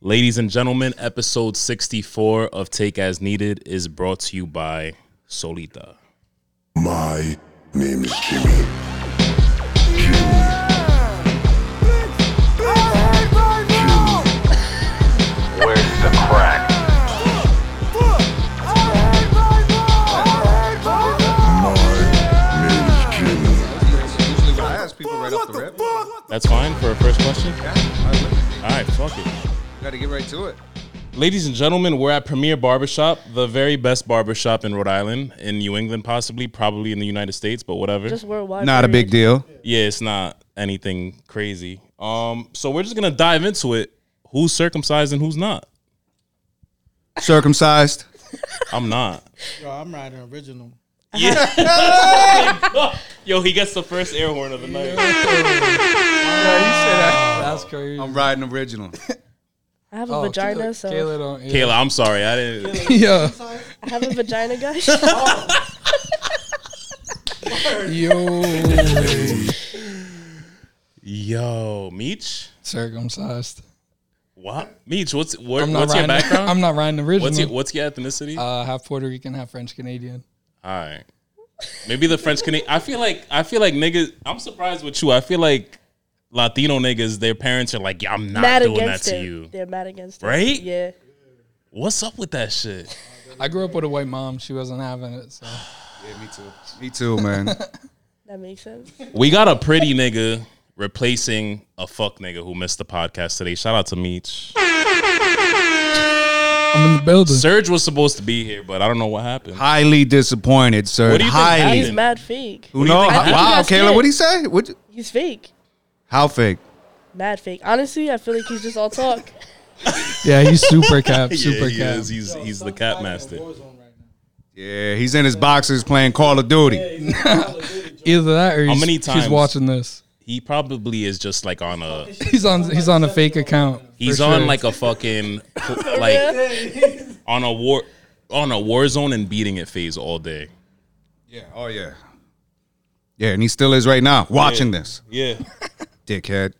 Ladies and gentlemen, episode 64 of Take As Needed is brought to you by Solita. My name is Jimmy. Where's the crack? My name is Jimmy. Usually when I ask people right off the rip, you That's fine for a first question? gotta All right, fuck it. get right to it. Ladies and gentlemen, we're at Premier Barbershop, the very best barbershop in Rhode Island, in New England, possibly, probably in the United States, but whatever. Just worldwide. Not a big deal. yeah, it's not anything crazy. Um, so we're just gonna dive into it. Who's circumcised and who's not? Circumcised. I'm not. Yo, I'm riding original. Yo, he gets the first air horn of the night. That's crazy. I'm riding original. I have a Oh, vagina, Kayla- so Kayla don't. Yeah. Kayla, I'm sorry. I didn't. Yeah. I have a vagina, guys. Yo, Yo, Yo, Meech. circumcised. What? Meech, what's what, I'm not what's your riding. background? I'm not riding original. what's your what's your ethnicity? uh, half Puerto Rican, half French Canadian. All right. Maybe the French Canadian. I feel like I feel like niggas. I'm surprised with you. I feel like Latino niggas. Their parents are like, yeah, I'm not mad doing that against to it. you. They're mad against Right? it. Yeah. What's up with that shit? I grew up with a white mom. She wasn't having it. So yeah, me too. Me too, man. That makes sense. We got a pretty nigga replacing a fuck nigga who missed the podcast today. Shout out to Meech. I'm in the building. Serge was supposed to be here, but I don't know what happened. Highly disappointed, sir. What do you think Highly. happened? He's mad fake. Who know? think How- happened? Wow, That's Kayla, it. what do you say? What? He's fake. How fake? Mad fake. Honestly, I feel like he's just all talk. Yeah, he's super cap. Yeah, Super he cap. is. He's he's the cap master. Yeah, he's in his boxers playing Call of Duty. Either that or How he's, many times- he's watching this. He probably is just like on a He's on. He's on a fake account. for he's sure. on like a fucking like on a war on a war zone and beating it phase all day. Yeah. Oh yeah. Yeah, and he still is right now watching this, Yeah, dickhead.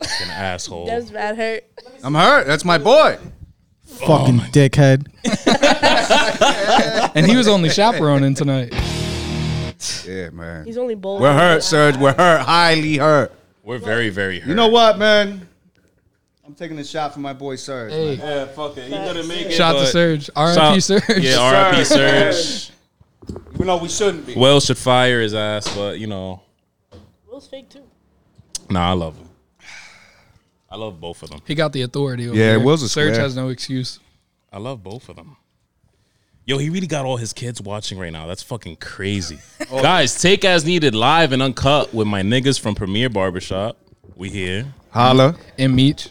an asshole. That's mad hurt. I'm hurt. That's my boy. Fucking dickhead. and he was only chaperoning tonight. Yeah, man. He's only bold. We're hurt, Serge. We're hurt. Highly hurt. We're very very hurt. You know what, man? I'm taking a shot for my boy Serge. man. Hey, Yeah, fuck it. He couldn't make it. shout to Serge. R.I.P. Serge. Yeah, RIP Serge. Even though we shouldn't be. Wells should fire his ass, but you know, Will's fake too. nah, I love him. I love both of them. He got the authority. Over Yeah, there. Will's a Serge square. has no excuse. I love both of them. Yo, he really got all his kids watching right now. That's fucking crazy. Guys, take as needed live and uncut with my niggas from Premier Barbershop. We here. Holla. And Meech.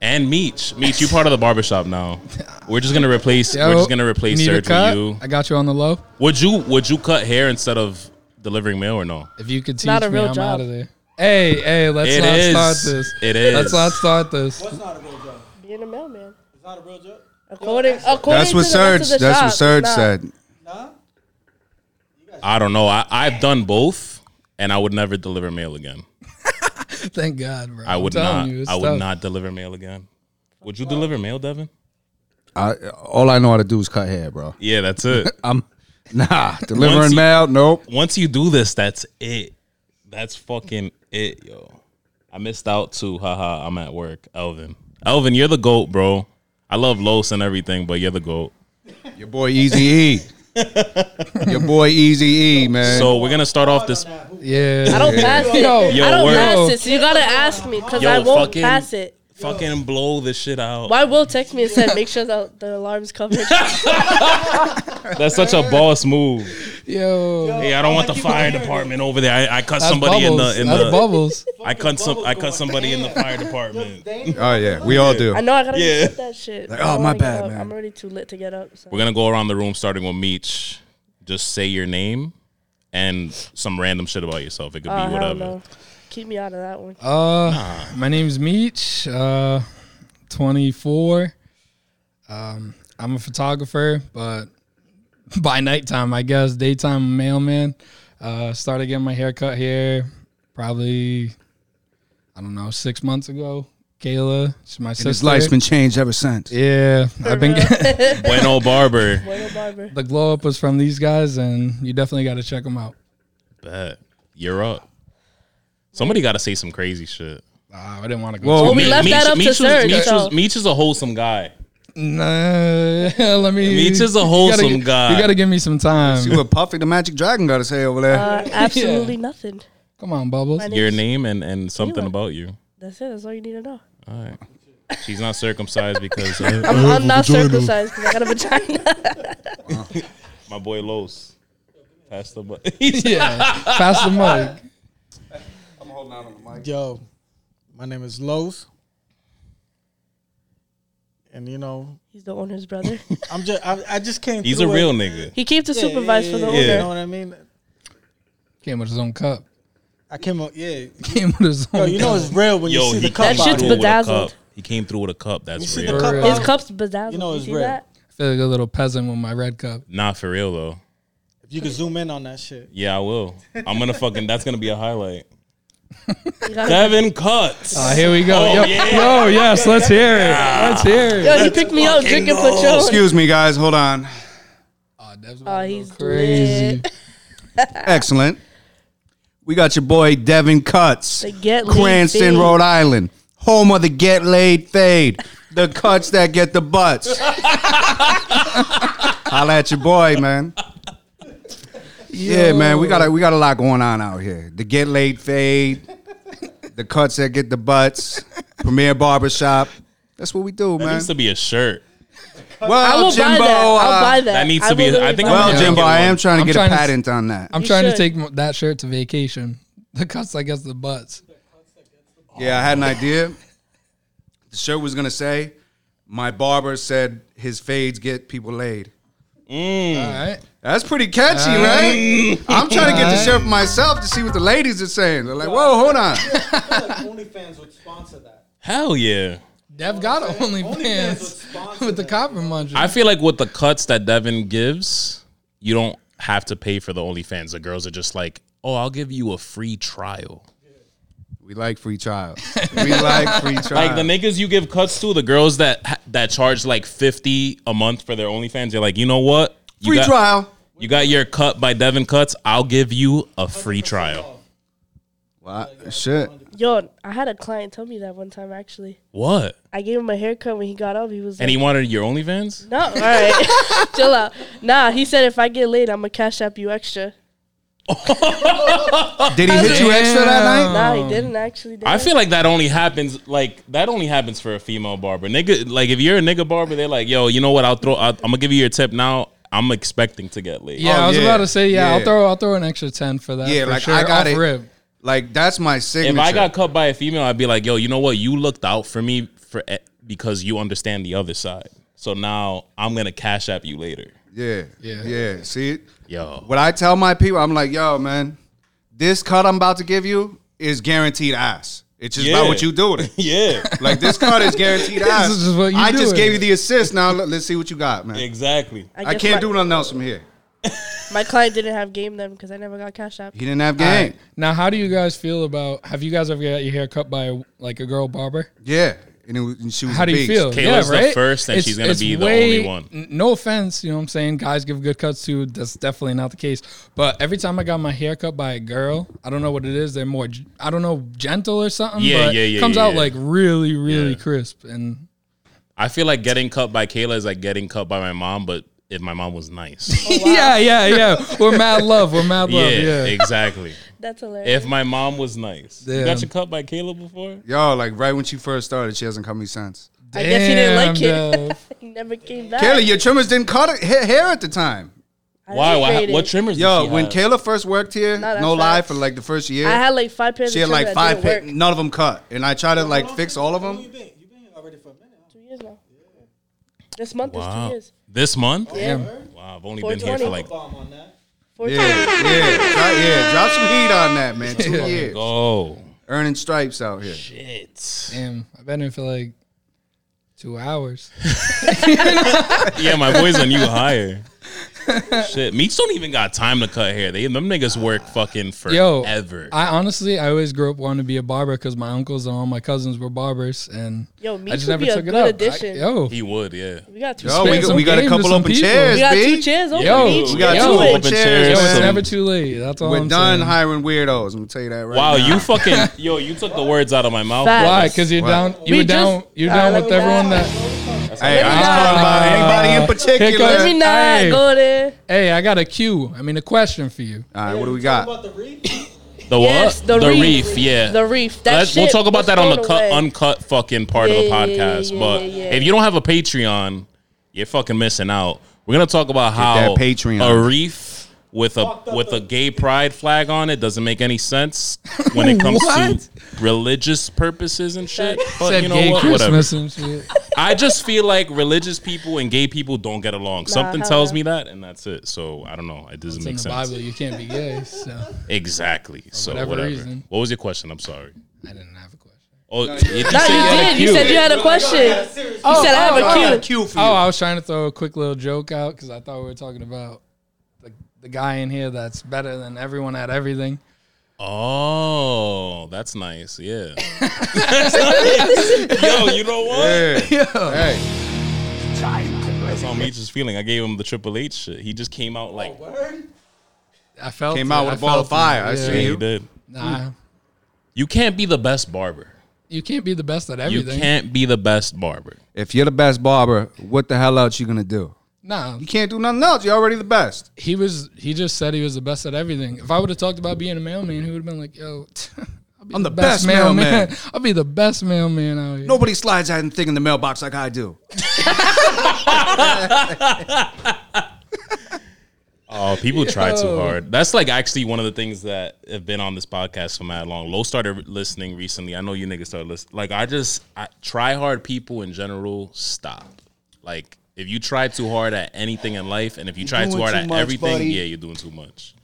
And Meech. Meech, you part of the barbershop now. We're just gonna replace Yo, we're just gonna replace need a Serge with cut? you. I got you on the low. Would you would you cut hair instead of delivering mail or no? If you could teach Not a me, real I'm job. out of there. Hey, hey, let's It not is. start this. It is. Let's not start this. It's not a real job. Being a mailman. It's not a real job. According, according That's what to the Serge. rest of the That's shop, what it's Serge not. said. Nah. I don't know. I, I've done both and I would never deliver mail again. Thank God, bro. I I'm would telling not you, it's I would tough. not deliver mail again. Would you deliver mail, Devin? I, all I know how to do is cut hair, bro. Yeah, that's it. I'm nah Once delivering you- mail. Nope. once you do this, that's it. That's fucking it, yo. I missed out too. Haha, I'm at work. Elvin. Elvin, you're the GOAT, bro. I love Los and everything, but you're the GOAT. Your boy Easy E. Your boy Easy E, man. So we're gonna start off this Yeah. I don't pass it. Yo, Yo, I don't word. pass it, so you gotta ask me because Yo, I won't fucking- pass it. fucking blow the shit out. Why Will text me and said, make sure that the alarm's covered. That's such a boss move. yo. Hey, I don't want the fire department over there. I, I cut That's somebody bubbles. in the in That's the bubbles. I cut some I cut somebody in the fire department. oh yeah, we all do. I know I gotta Yeah. get that shit. oh, I don't my wanna get bad, up. man. I'm already too lit to get up. So. We're gonna go around the room starting with Meech. Just say your name and some random shit about yourself. It could be Oh, hell whatever. no. Keep me out of that one. Uh, my name's Meech. Uh, 24. Um, I'm a photographer, but by nighttime, I guess daytime I'm a mailman. Uh, started getting my hair cut here probably, I don't know, six months ago. Kayla. She's my And his sister. life's been changed ever since. yeah, I've been. Bueno Barber. Boy, no barber. the glow up was from these guys, and you definitely got to check them out. Bet. You're up. Somebody got to say some crazy shit. Ah, I didn't want to go. Whoa. too- Well, Oh, we left that up to Meech was- Serge, Meech so- was- Meech is a wholesome guy. Nah, let me. Meech is a you gotta wholesome gi- guy. You got to give me some time. See what Puffy the Magic Dragon got to say over there. Uh, absolutely nothing. Come on, Bubbles. My Your name's- name and, and something about you. That's it. That's all you need to know. All right. She's not circumcised because I'm, uh, I'm not circumcised because I got a vagina. my boy Los passed the button. Yeah, pass the mic. Yo, my name is Los. And you know, He's the owner's brother. I'm just I, I just came. He's a through it. real nigga. He keeps the supervise for the yeah, yeah. You know owner. what I mean? Came with his own cup. I came up. Yeah, Came with his own. yo, you know cup. it's real when Yo, you see he the cup came That out. shit's through with a bedazzled. cup. He came through with a cup. You That's see real. the cup Real. out. His cup's bedazzled. You know it's see red. that? I feel like a little peasant with my red cup. Not for real though. If you could zoom in on that shit. Yeah, I will. I'm gonna fucking. That's gonna be a highlight. You gotta- Seven cuts. Uh, here we go. Oh, yo, yeah. yo, yes, let's hear it. Let's hear it. Yo, he picked me up drinking Patron. Excuse me, guys. Hold Uh. on. Oh, Oh, he's crazy. lit. Excellent. We got your boy Devin Cuts, The Get Laid Cranston, Fade. Rhode Island, home of the Get Laid Fade, the cuts that get the butts. Holla at your boy, man. Yeah, man, we got a, we got a lot going on out here. The Get Laid Fade, the cuts that get the butts, Premier Barbershop. That's what we do, That man. needs to be a shirt. I well, will Jimbo, buy that. uh, I'll buy that. That needs I to be- will I think buy I'm well, that. gonna- Jimbo, I am trying to I'm get trying a to- patent on that. I'm You trying to should. take mo- that shirt to vacation. The cuts, I guess, the butts. Yeah, I had an idea. The shirt was gonna say, "My barber said his fades get people laid." All right. That's pretty catchy, right? I'm trying to get the shirt for myself to see what the ladies are saying. They're like, "Whoa, hold on." OnlyFans would sponsor that. Hell yeah. Dev got a OnlyFans with the copper muncher. I feel like with the cuts that Devin gives, you don't have to pay for the OnlyFans. The girls are just like, oh, I'll give you a free trial. We like free trials. We like free trials. Like the niggas you give cuts to, the girls that ha- that charge like fifty a month for their OnlyFans, you're like, you know what? You free got, trial. You got your cut by Devin Cuts. I'll give you a free trial. Wow, shit. Yo, I had a client tell me that one time actually. What? I gave him a haircut when he got up. He was like, And he wanted your OnlyFans? no, all right, chill out. Nah, he said if I get laid, I'm gonna cash app you extra. Did he hit you extra that night? Nah, he didn't actually. Did I it. feel like that only happens like that only happens for a female barber. Nigga, like if you're a nigga barber, they're like, yo, you know what? I'll throw. i am gonna give you your tip now. I'm expecting to get laid. yeah, Oh, I was yeah. about to say, yeah, I'll Yeah. throw, I'll throw an extra ten for that. Yeah, for like, sure. I got Off it. Rip. Like that's my signature. if I got cut by a female, I'd be like, yo, you know what? You looked out for me for eh, because you understand the other side. So now I'm gonna cash app you later. yeah, yeah, Yeah. yeah. See it. Yo, What I tell my people, I'm like, yo, man, this cut I'm about to give you is guaranteed ass. It's just Yeah. about what you do with it. yeah, Like this cut is guaranteed ass. This is what you I do just with gave it. you the assist. Now let, us see what you got, man. exactly. I guess can't my, do nothing else from here. My client didn't have game then because I never got cash app. He didn't have All game. right. Now, how do you guys feel about? Have you guys ever got your hair cut by like a girl barber? Yeah, and, it was, and she was. How a do you beast. feel? Kayla's the first, and she's gonna be the only one. n- No offense, you know what I'm saying? Guys give good cuts too. That's definitely not the case. But every time I got my hair cut by a girl, I don't know what it is. They're more, g- I don't know, gentle or something. Yeah, but yeah, yeah, Comes yeah, out yeah. like really, really Yeah. crisp. And I feel like getting cut by Kayla is like getting cut by my mom, but if my mom was nice. Oh, yeah, yeah, yeah. We're mad love. We're mad yeah, love. Yeah. exactly. That's hilarious. If my mom was nice. You Damn. got your cut by Kayla before? Yo, like right when she first started, she hasn't cut me since. I guess he didn't like it. Damn, Dev. he never came back. Kayla, your trimmers didn't cut it, ha- hair at the time. I Why? Why? hated it. What trimmers? Yo, did she when have? Kayla first worked here, No, that's no lie, facts. for like the first year, I had like five pairs. she of had like trimmers that five. didn't Pa- work. none of them cut, and I tried to like fix all of How long you them. been? You been here already for a minute. huh? Two years now. This month is Wow. two years. This month? Damn. Wow, I've only been here for 420. like. Bomb on that. Four Yeah, yeah, drop, yeah. Drop some heat on that, man. Two years Oh. earning stripes out here. Shit. Damn. I've been here for like two hours. Yeah, my voice on you higher. Shit, Meats don't even got time to cut hair. They them niggas work fucking Yo, forever. I honestly, I always grew up wanting to be a barber because my uncles and all my cousins were barbers, and Yo, I Meech just would never be a took it good up. I- addition. yo, he would, yeah. We got two. Yo, we, chairs. got- we got a games couple with some open people. chairs, We got two B. chairs open Yo, each. We got Yo. two Open open chairs, yo, chairs. it's some- man. never too late. That's all We're I'm done saying. hiring weirdos. I'm gonna tell you that right Wow, now. you fucking yo, you took the words out of my mouth. Facts. Why? Because you're Why? down. You We were down. just- You're All right, down let with me everyone die. that. Hey, I'm not- talking about anybody in particular. Let Let me not Hey. go there. Hey, I got a cue. I mean, a question for you. All right, what do we got? About the reef? The what? Yes, the reef. yeah. The reef. That Let's, shit we'll talk about was that on the thrown cut, away. uncut fucking part Yeah, of the yeah, yeah, podcast. yeah, but yeah, yeah. if you don't have a Patreon, you're fucking missing out. We're gonna talk about how that Patreon. a reef with a with a gay pride flag on it doesn't make any sense when it comes to religious purposes and shit. But Said you know gay what? Whatever. Christmas and shit. I just feel like religious people and gay people don't get along. Something hell tells no. me that, and that's it. So I don't know. It doesn't It's in make the sense. Bible. You can't be gay. So Exactly. so whatever whatever. reason. What was your question? I'm sorry. I didn't have a question. Oh, you did you No, say you had a did. You cue? said you had a question. You said I have a cue. cue for Oh, I was trying to throw a quick little joke out because I thought we were talking about the, the guy in here that's better than everyone at everything. Oh, that's nice. Yeah. Yo, you know what? Hey, That's how Meech is feeling. I gave him the Triple H shit. He just came out like I felt came it, out with I a ball of felt it, fire. I yeah. yeah, see he you. did. Nah, You can't be the best barber. you can't be the best at everything. You can't be the best barber. If you're the best barber, what the hell else you gonna do? Nah, You can't do nothing else. You're already the best. he was. He just said he was the best at everything. If I would have talked about being a mailman, he would have been like, "Yo, I'll be I'm the best mailman. I'll be the best mailman out here." Nobody slides out and thing in the mailbox like I do. Oh, people try too hard. That's like actually one of the things that have been on this podcast for mad long. Low started listening recently. I know you niggas started listening. Like I just I, try hard people in general stop. Like if you try too hard at anything in life, and if you try too doing hard too at much, everything, buddy. yeah, you're doing too much.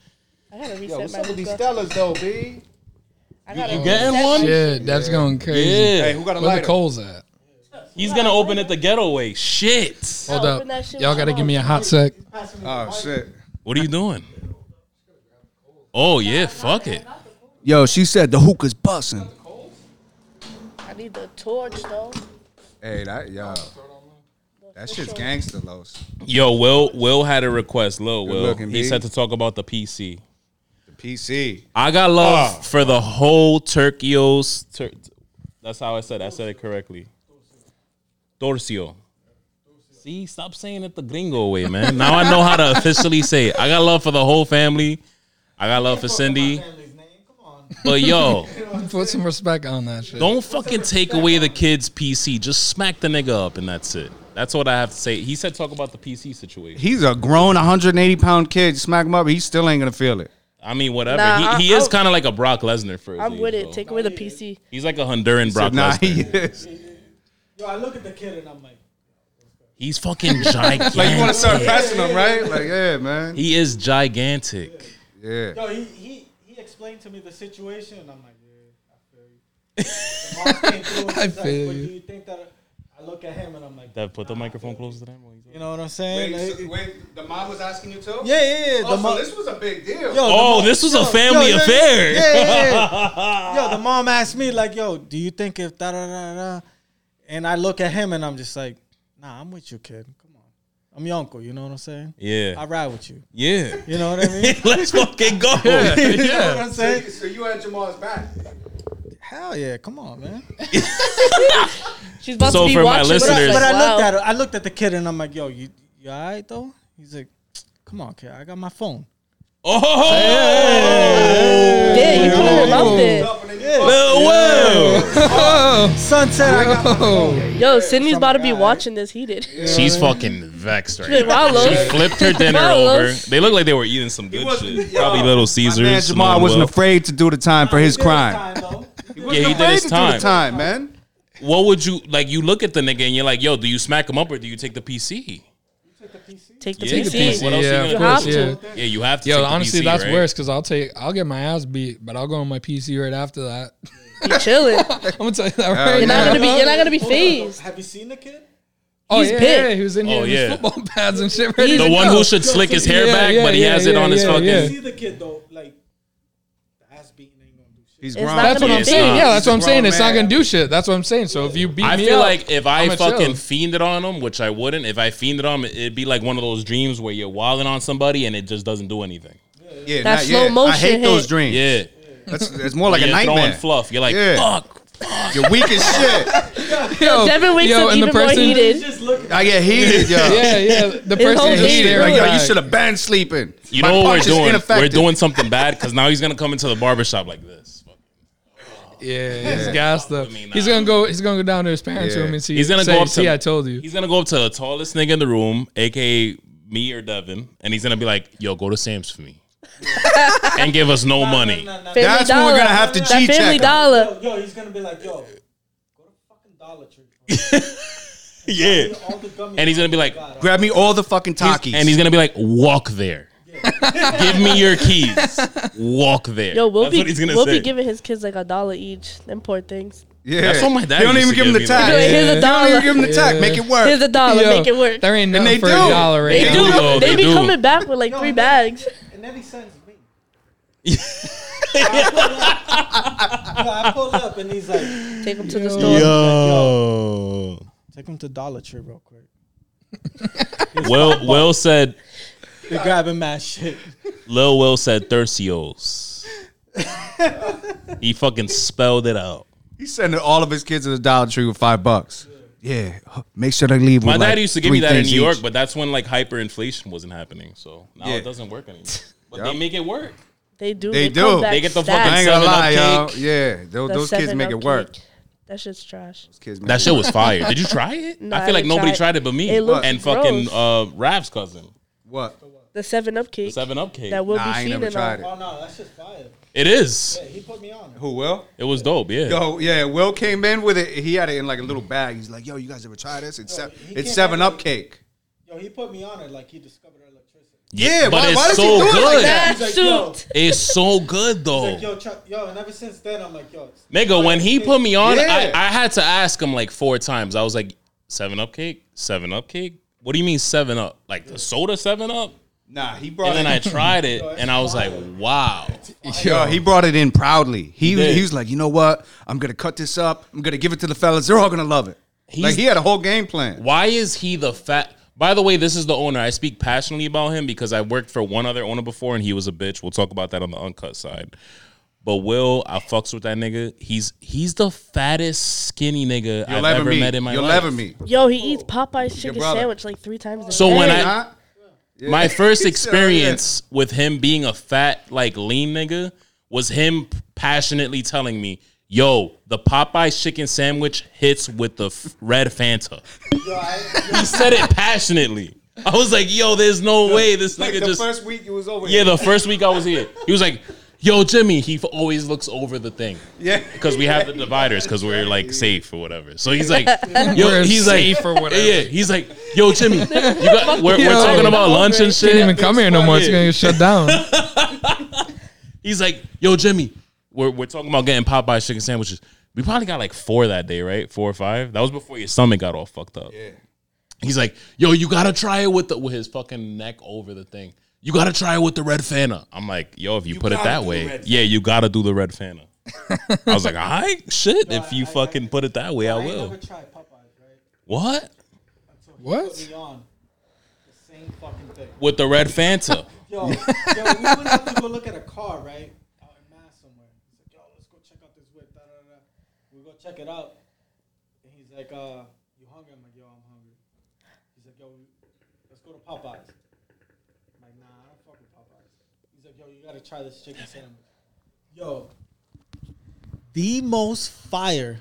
I gotta Yo, reset what's my up with these hookah. Stellas though, B? I gotta You getting reset one? my- Shit, that's going crazy. Yeah, Hey, who got a Where the lighter? coals at? he's gonna open it the ghetto way. Shit. Hold open up, that shit y'all up. got to give me a hot sec. Oh shit. What are you doing? Oh yeah, fuck it. Yo, she said the hookah's busting. I need the torch though. Hey, that yo. That shit's gangster, Los. Yo, Will Will had a request. Lil Will, looking, he B. said to talk about the PC. The PC. I got love Ah. for the whole Turkios. Tur- that's how I said. It. I said it correctly. Torcio. See, stop saying it the gringo way, man. Now I know how to officially say it. I got love for the whole family. I got love for Cindy. But yo, Put some respect on that shit. don't fucking take away the kid's PC. Just smack the nigga up, and that's it. That's what I have to say. He said talk about the PC situation. He's a grown 180 pound kid. Smack him up. He still ain't gonna feel it. I mean, whatever. Nah, he, I- he is I- kind of like a Brock Lesnar for his I'm age, with though. it. Take away the PC. He's like a Honduran Brock nah, Lesnar. he is. Yo, I look at the kid and I'm like, He's fucking gigantic. Like you wanna start pressing him, right? Like, yeah, man. he is gigantic. Yeah. yo, he he he explained to me the situation and I'm like, yeah, I feel you. The mom came through and I she's like, feel "But you. Do you think that I look at him and I'm like, That put the microphone closer to them. you know what I'm saying? Like, wait, the mom was asking you too? Oh, yeah, yeah, yeah. The mom, was a big deal. yo, the Oh, mom- this was a yo, family yo, yeah, affair. Yeah, yeah, yeah. yo, the mom asked me like, yo, do you think if da da da da, and I look at him and I'm just like, nah, I'm with you, kid. Come on, I'm your uncle. You know what I'm saying? I Yeah. ride with you. Yeah. You know what I mean? Let's fucking go. You know what I'm saying? So you had Jamal's back. Hell yeah, come on, man. She's about So to be for my watching. us, But, I, Listeners. but I looked wow. at her, I looked at the kid and I'm like, yo, you you alright though? He's like, come on, kid, I got my phone. Oh, Yeah, you put her out there. Lil Will. Sunset, I got my phone. Yo, Sydney's about to be watching this heated. She's fucking vexed right Like, now. wow, She Lil. flipped her dinner Wow, over. Los. They look like they were eating some good shit. Probably Little Caesars. uh, Man, Jamal Simone wasn't Will. afraid to do the time for his crime. Yeah, he did his time. time, man. What would you like? You look at the nigga and you're like, "Yo, do you smack him up or do you take the PC?" Take the Yeah. PC. Take the What PC, else yeah, you of gonna course, do? You have to. Yeah, you have to. Yo, take honestly, the PC, that's right? worse because I'll take, I'll get my ass beat, but I'll go on my PC right after that. Be chilling. I'm gonna tell you that right You're not now. gonna be. You're not gonna be phased. Have you seen the kid? Oh He's yeah, big. yeah, he was in here Oh, in yeah. his football pads and shit. Ready He's- The to one go. who should slick his hair Yeah, back, yeah, but he yeah, has it on yeah, his yeah, fucking. yeah. You see the kid though, like the ass beating ain't gonna do shit. He's It's grown. not That's what Yeah, I'm it's saying. not. Yeah, He's that's a what I'm saying. grown It's not man. gonna do shit. That's what I'm saying. So if you beat I me feel up, like if I I'ma fucking chill. fiended on him, which I wouldn't, if I fiended on him, it'd be like one of those dreams where you're wilding on somebody and it just doesn't do anything. Yeah, That not slow yet. I motion hate those hit. dreams. Yeah. That's, it's more like you're a throwing nightmare. fluff. You're like, Yeah. fuck. You're weak as shit. yo, Devin wakes yo, up and even more heated. Just look at I get heated, yo. Yeah, yeah. The whole person just heat. staring Like, yo, you back. should have been sleeping. You My know what punch is we're doing? We're ineffective. doing something bad because now he's gonna come into the barbershop like this. Yeah, he's gassed up. I mean, He's nah. gonna go. He's gonna go down to his parents' Yeah. room and see. He's gonna say, go up to. See, I told you. He's gonna go up to the tallest nigga in the room, aka me or Devin, and he's gonna be like, "Yo, go to Sam's for me, and give us no money." Family That's when we're Dollar. gonna have to That G Family check. him. Dollar. yo, yo, he's gonna be like, yo, go to fucking Dollar Tree. Yeah, All the gummy and he's gonna be like, Grab me all the fucking Takis. and he's gonna be like, "Walk there, give me your keys, walk there." Yo, we'll That's be what he's gonna we'll say. be giving his kids like a dollar each. Them poor things. yeah. That's what my dad You don't used even to give him the give me, like- tack. Be like, here's a You don't even dollar. give him the tack. Make it Here's work. a dollar. Yo, Make it work. There ain't And nothing they for do. a dollar right They They now. do. do, though. They, They be do. coming back with like three bags. And then he sends me. I pull up, yo, I pull up and he's like, Take them to the store. Yo. take him to Dollar Tree real quick. Will Will said They're grabbing mad shit. Lil Will said Thursios. he fucking spelled it out. He's sending all of his kids to the Dollar Tree with five bucks. Yeah. Make sure they leave. My with dad like used to give three me that in things New York, each. but that's when like hyperinflation wasn't happening. So now Yeah. it doesn't work anymore. But Yup. they make it work. They do. They They, do. Come back They get the stacked. fucking I ain't gonna Seven Up lie, y'all. cake. Yeah, those, The those kids Seven make Up it work. cake. That shit's trash. Kids make That it shit was fire. Did you try it? No, I I feel like didn't nobody try it. tried it but me It looked and fucking gross. uh, Rav's cousin. work. What? The Seven Up cake. Seven Up cake. That will Nah, be I ain't seen never in tried all. it. Oh no, that's just fire. It is. He put me on. Who will? It was dope. Yeah. Yo, yeah, Will came in with it. He had it in like a little bag. He's like, "Yo, you guys ever try this? It's se- he it's came Seven in Up with- cake." Yo, he put me on it like he discovered electricity. yeah, why- but why it's does he so do it like good. that? That He's like, yo. suit. It's so good though. Yo, Chuck, yo, and ever since then I'm like, yo, it's- Nigga, when he put me on, Yeah. I, I had to ask him like four times. I was like, Seven Up cake, Seven Up cake. What do you mean Seven Up? Like the soda Seven Up? Nah, he brought And then it. I tried it, and I was like, wow. Yo, he brought it in proudly. He did. he was like, "You know what? I'm gonna cut this up. I'm gonna give it to the fellas. They're all gonna love it." like He's- he had a whole game plan. Why is he the fat? By the way, this is the owner. I speak passionately about him because I worked for one other owner before, and he was a bitch. We'll talk about that on the uncut side. But Will, I fucks with that nigga. He's he's the fattest skinny nigga You'll I've ever ever meet. met in my You'll life. ever meet. Yo, he eats Popeye's chicken brother. sandwich like three times a day. So when I Huh? My first yeah. experience with him being a fat, like lean nigga was him passionately telling me, "Yo, the Popeyes chicken sandwich hits with the f- red Fanta." he said it passionately. I was like, "Yo, there's no way this Like nigga the just." first week it was over. yeah, the first week I was here, he was like, "Yo, Jimmy." He f- always looks over the thing yeah. because we have the dividers because we're like safe or whatever. So he's like, "Yo," We're he's safe like, or whatever. Yeah, he's like, "Yo, Jimmy, you got, we're, Yo. we're talking about lunch and shit." Can't even come here no more. It's gonna get shut down. He's like, yo, Jimmy, we're, we're talking about getting Popeye's chicken sandwiches. We probably got like four that day, right? Four or five. That was before your stomach got all fucked up. Yeah. He's like, yo, you gotta try it with the, with his fucking neck over the thing. You gotta try it with the red fanta. I'm like, yo, if you, put it gotta that do the way, red yeah, you gotta do the red fanta. I was like, all right, shit. if you I- I- fucking put it that way, I I ain't never will. tried Popeyes, right? What? So he What? Put me on the same fucking thing. With the red fanta. Yo, yo, we went out to go look at a car, right? Out in Mass somewhere. He's like, yo, let's go check out this whip. Da, da, da. We go check it out. And he's like, uh, you hungry? I'm like, yo, I'm hungry. He's like, yo, let's go to Popeyes. I'm like, nah, I don't fuck with Popeyes. He's like, yo, you gotta try this chicken sandwich. Yo, the most fire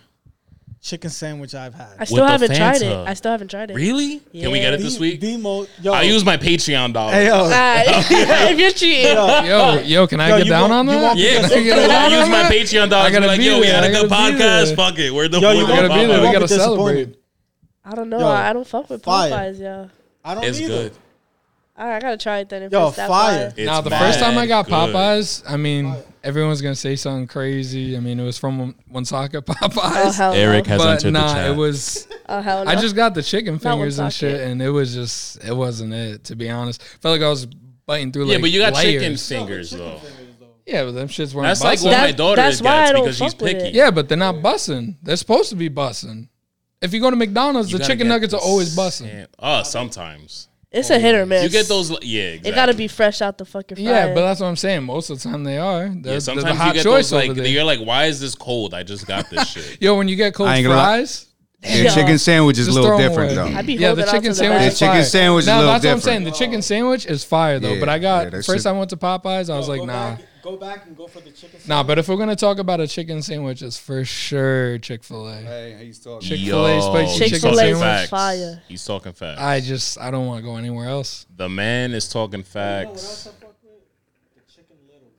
chicken sandwich I've I had. still the haven't tried it. Fanta. I still haven't tried it. really? Can we Yeah. get it this week? The most. Yo, I use my Patreon dollar. Hey, yo. Alright. if you're cheating, Yo, yo, can I Yo, get you down won't- on you that? won't be Yeah, Because- I use my Patreon dollars. gotta be like, be yo, we there. had I a good gotta be podcast. there. Fuck it, we're the Yo, we're you the gotta be Popeyes. there. We won't gotta be disappointed. celebrate. I don't know. Yo, I don't fuck with fire. Popeyes, yo. I don't It's either. good. I All right, I gotta try it then. If Yo, it's that fire. fire. It's now the first time I mad got good. Popeyes, I mean, everyone's gonna say something crazy. I mean, it was from Woonsocket Oh Popeyes, hell Eric no. has but entered the Uh, nah, chat. it was. Oh hell no. I just got the chicken Not fingers and shit, Woonsocket. and it was just, it wasn't it. To be honest, felt like I was biting through. yeah, like, but you got layers. chicken fingers though. Yeah, but them shits weren't. That's like bussing. what my That's- daughter that's gets why I don't because she's fuck with it. picky. Yeah, but they're not bussing. They're supposed to be bussing. If you go to McDonald's, You the gotta chicken get nuggets the are always bussing. sand- Oh, sometimes it's a hit or miss. you get those. li- Yeah, exactly. It gotta be fresh out the fucking fryer. Yeah, but that's what I'm saying. Most of the time they are. They're, Yeah, yeah, sometimes the hot you get choice those like over there. you're like, why is this cold? I just got this shit. Yo, when you get cold I ain't gonna lie. fries, Their Yeah. chicken sandwich is a Just little throw 'em different away. I'd though. be yeah, holding the chicken on to sandwich the The bag. is chicken fire. sandwich is a no, little that's what I'm saying. The different. chicken sandwich is fire though. Yeah, but I yeah, got that first shit- time I went to Popeyes, I was like, go nah, Back, go back and go for the chicken. nah. But if we're gonna talk about a chicken sandwich, it's for sure Chick Fil A. Hey, he's talking. Chick-fil-A Yo, spicy he's chicken talking sandwich. facts. Fire. He's talking facts. I just I don't want to go anywhere else. the man is talking You know what else facts. I fuck with? The chicken littles.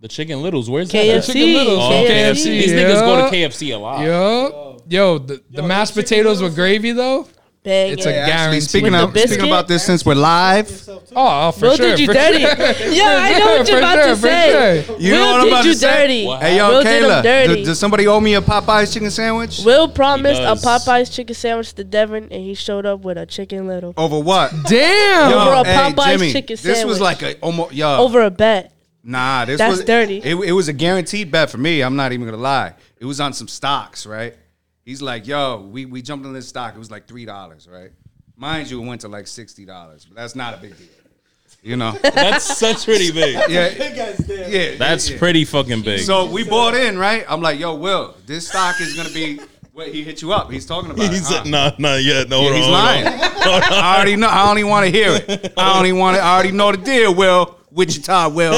The Chicken Littles, where's that? KFC. Chicken Littles. Oh, KFC. KFC. These niggas go yeah. to KFC a lot. Yo, yo, the, the the mashed chicken potatoes with noodles- gravy though. Bang It's it. a guarantee. Speaking With the of speaking biscuit? about this, since we're live, Yourself too. oh, for Will sure. did you for dirty? sure. Yeah, I know what For you're about sure, to for say. sure. you Will know what I'm did about you to say. dirty. Hey, yo, Will did him Kayla, dirty. do- does somebody owe me a Popeyes chicken sandwich? Will promised a does. Popeye's chicken sandwich to Devin, and he showed up with a chicken little Over what? Damn. Yo. Over a Popeyes chicken This was sandwich. like a almost yo. over a bet. Nah, this That's was dirty. It, it was a guaranteed bet for me. I'm not even gonna lie. It was on some stocks, right? He's like, yo, we, we jumped on this stock. It was like three dollars, right? Mind you, it went to like sixty dollars, but that's not a big deal. You know? That's that's pretty big. yeah, Big guys there. yeah. That's yeah. pretty fucking big. So we bought in, right? I'm like, yo, Will, this stock is gonna be what he hit you up. He's talking about. he's it, like, huh? nah, nah, yeah, no, Yeah, hold he's on, hold on. lying. I already know. I only want to hear it. I only want to. I already know the deal. Will Wichita. Will.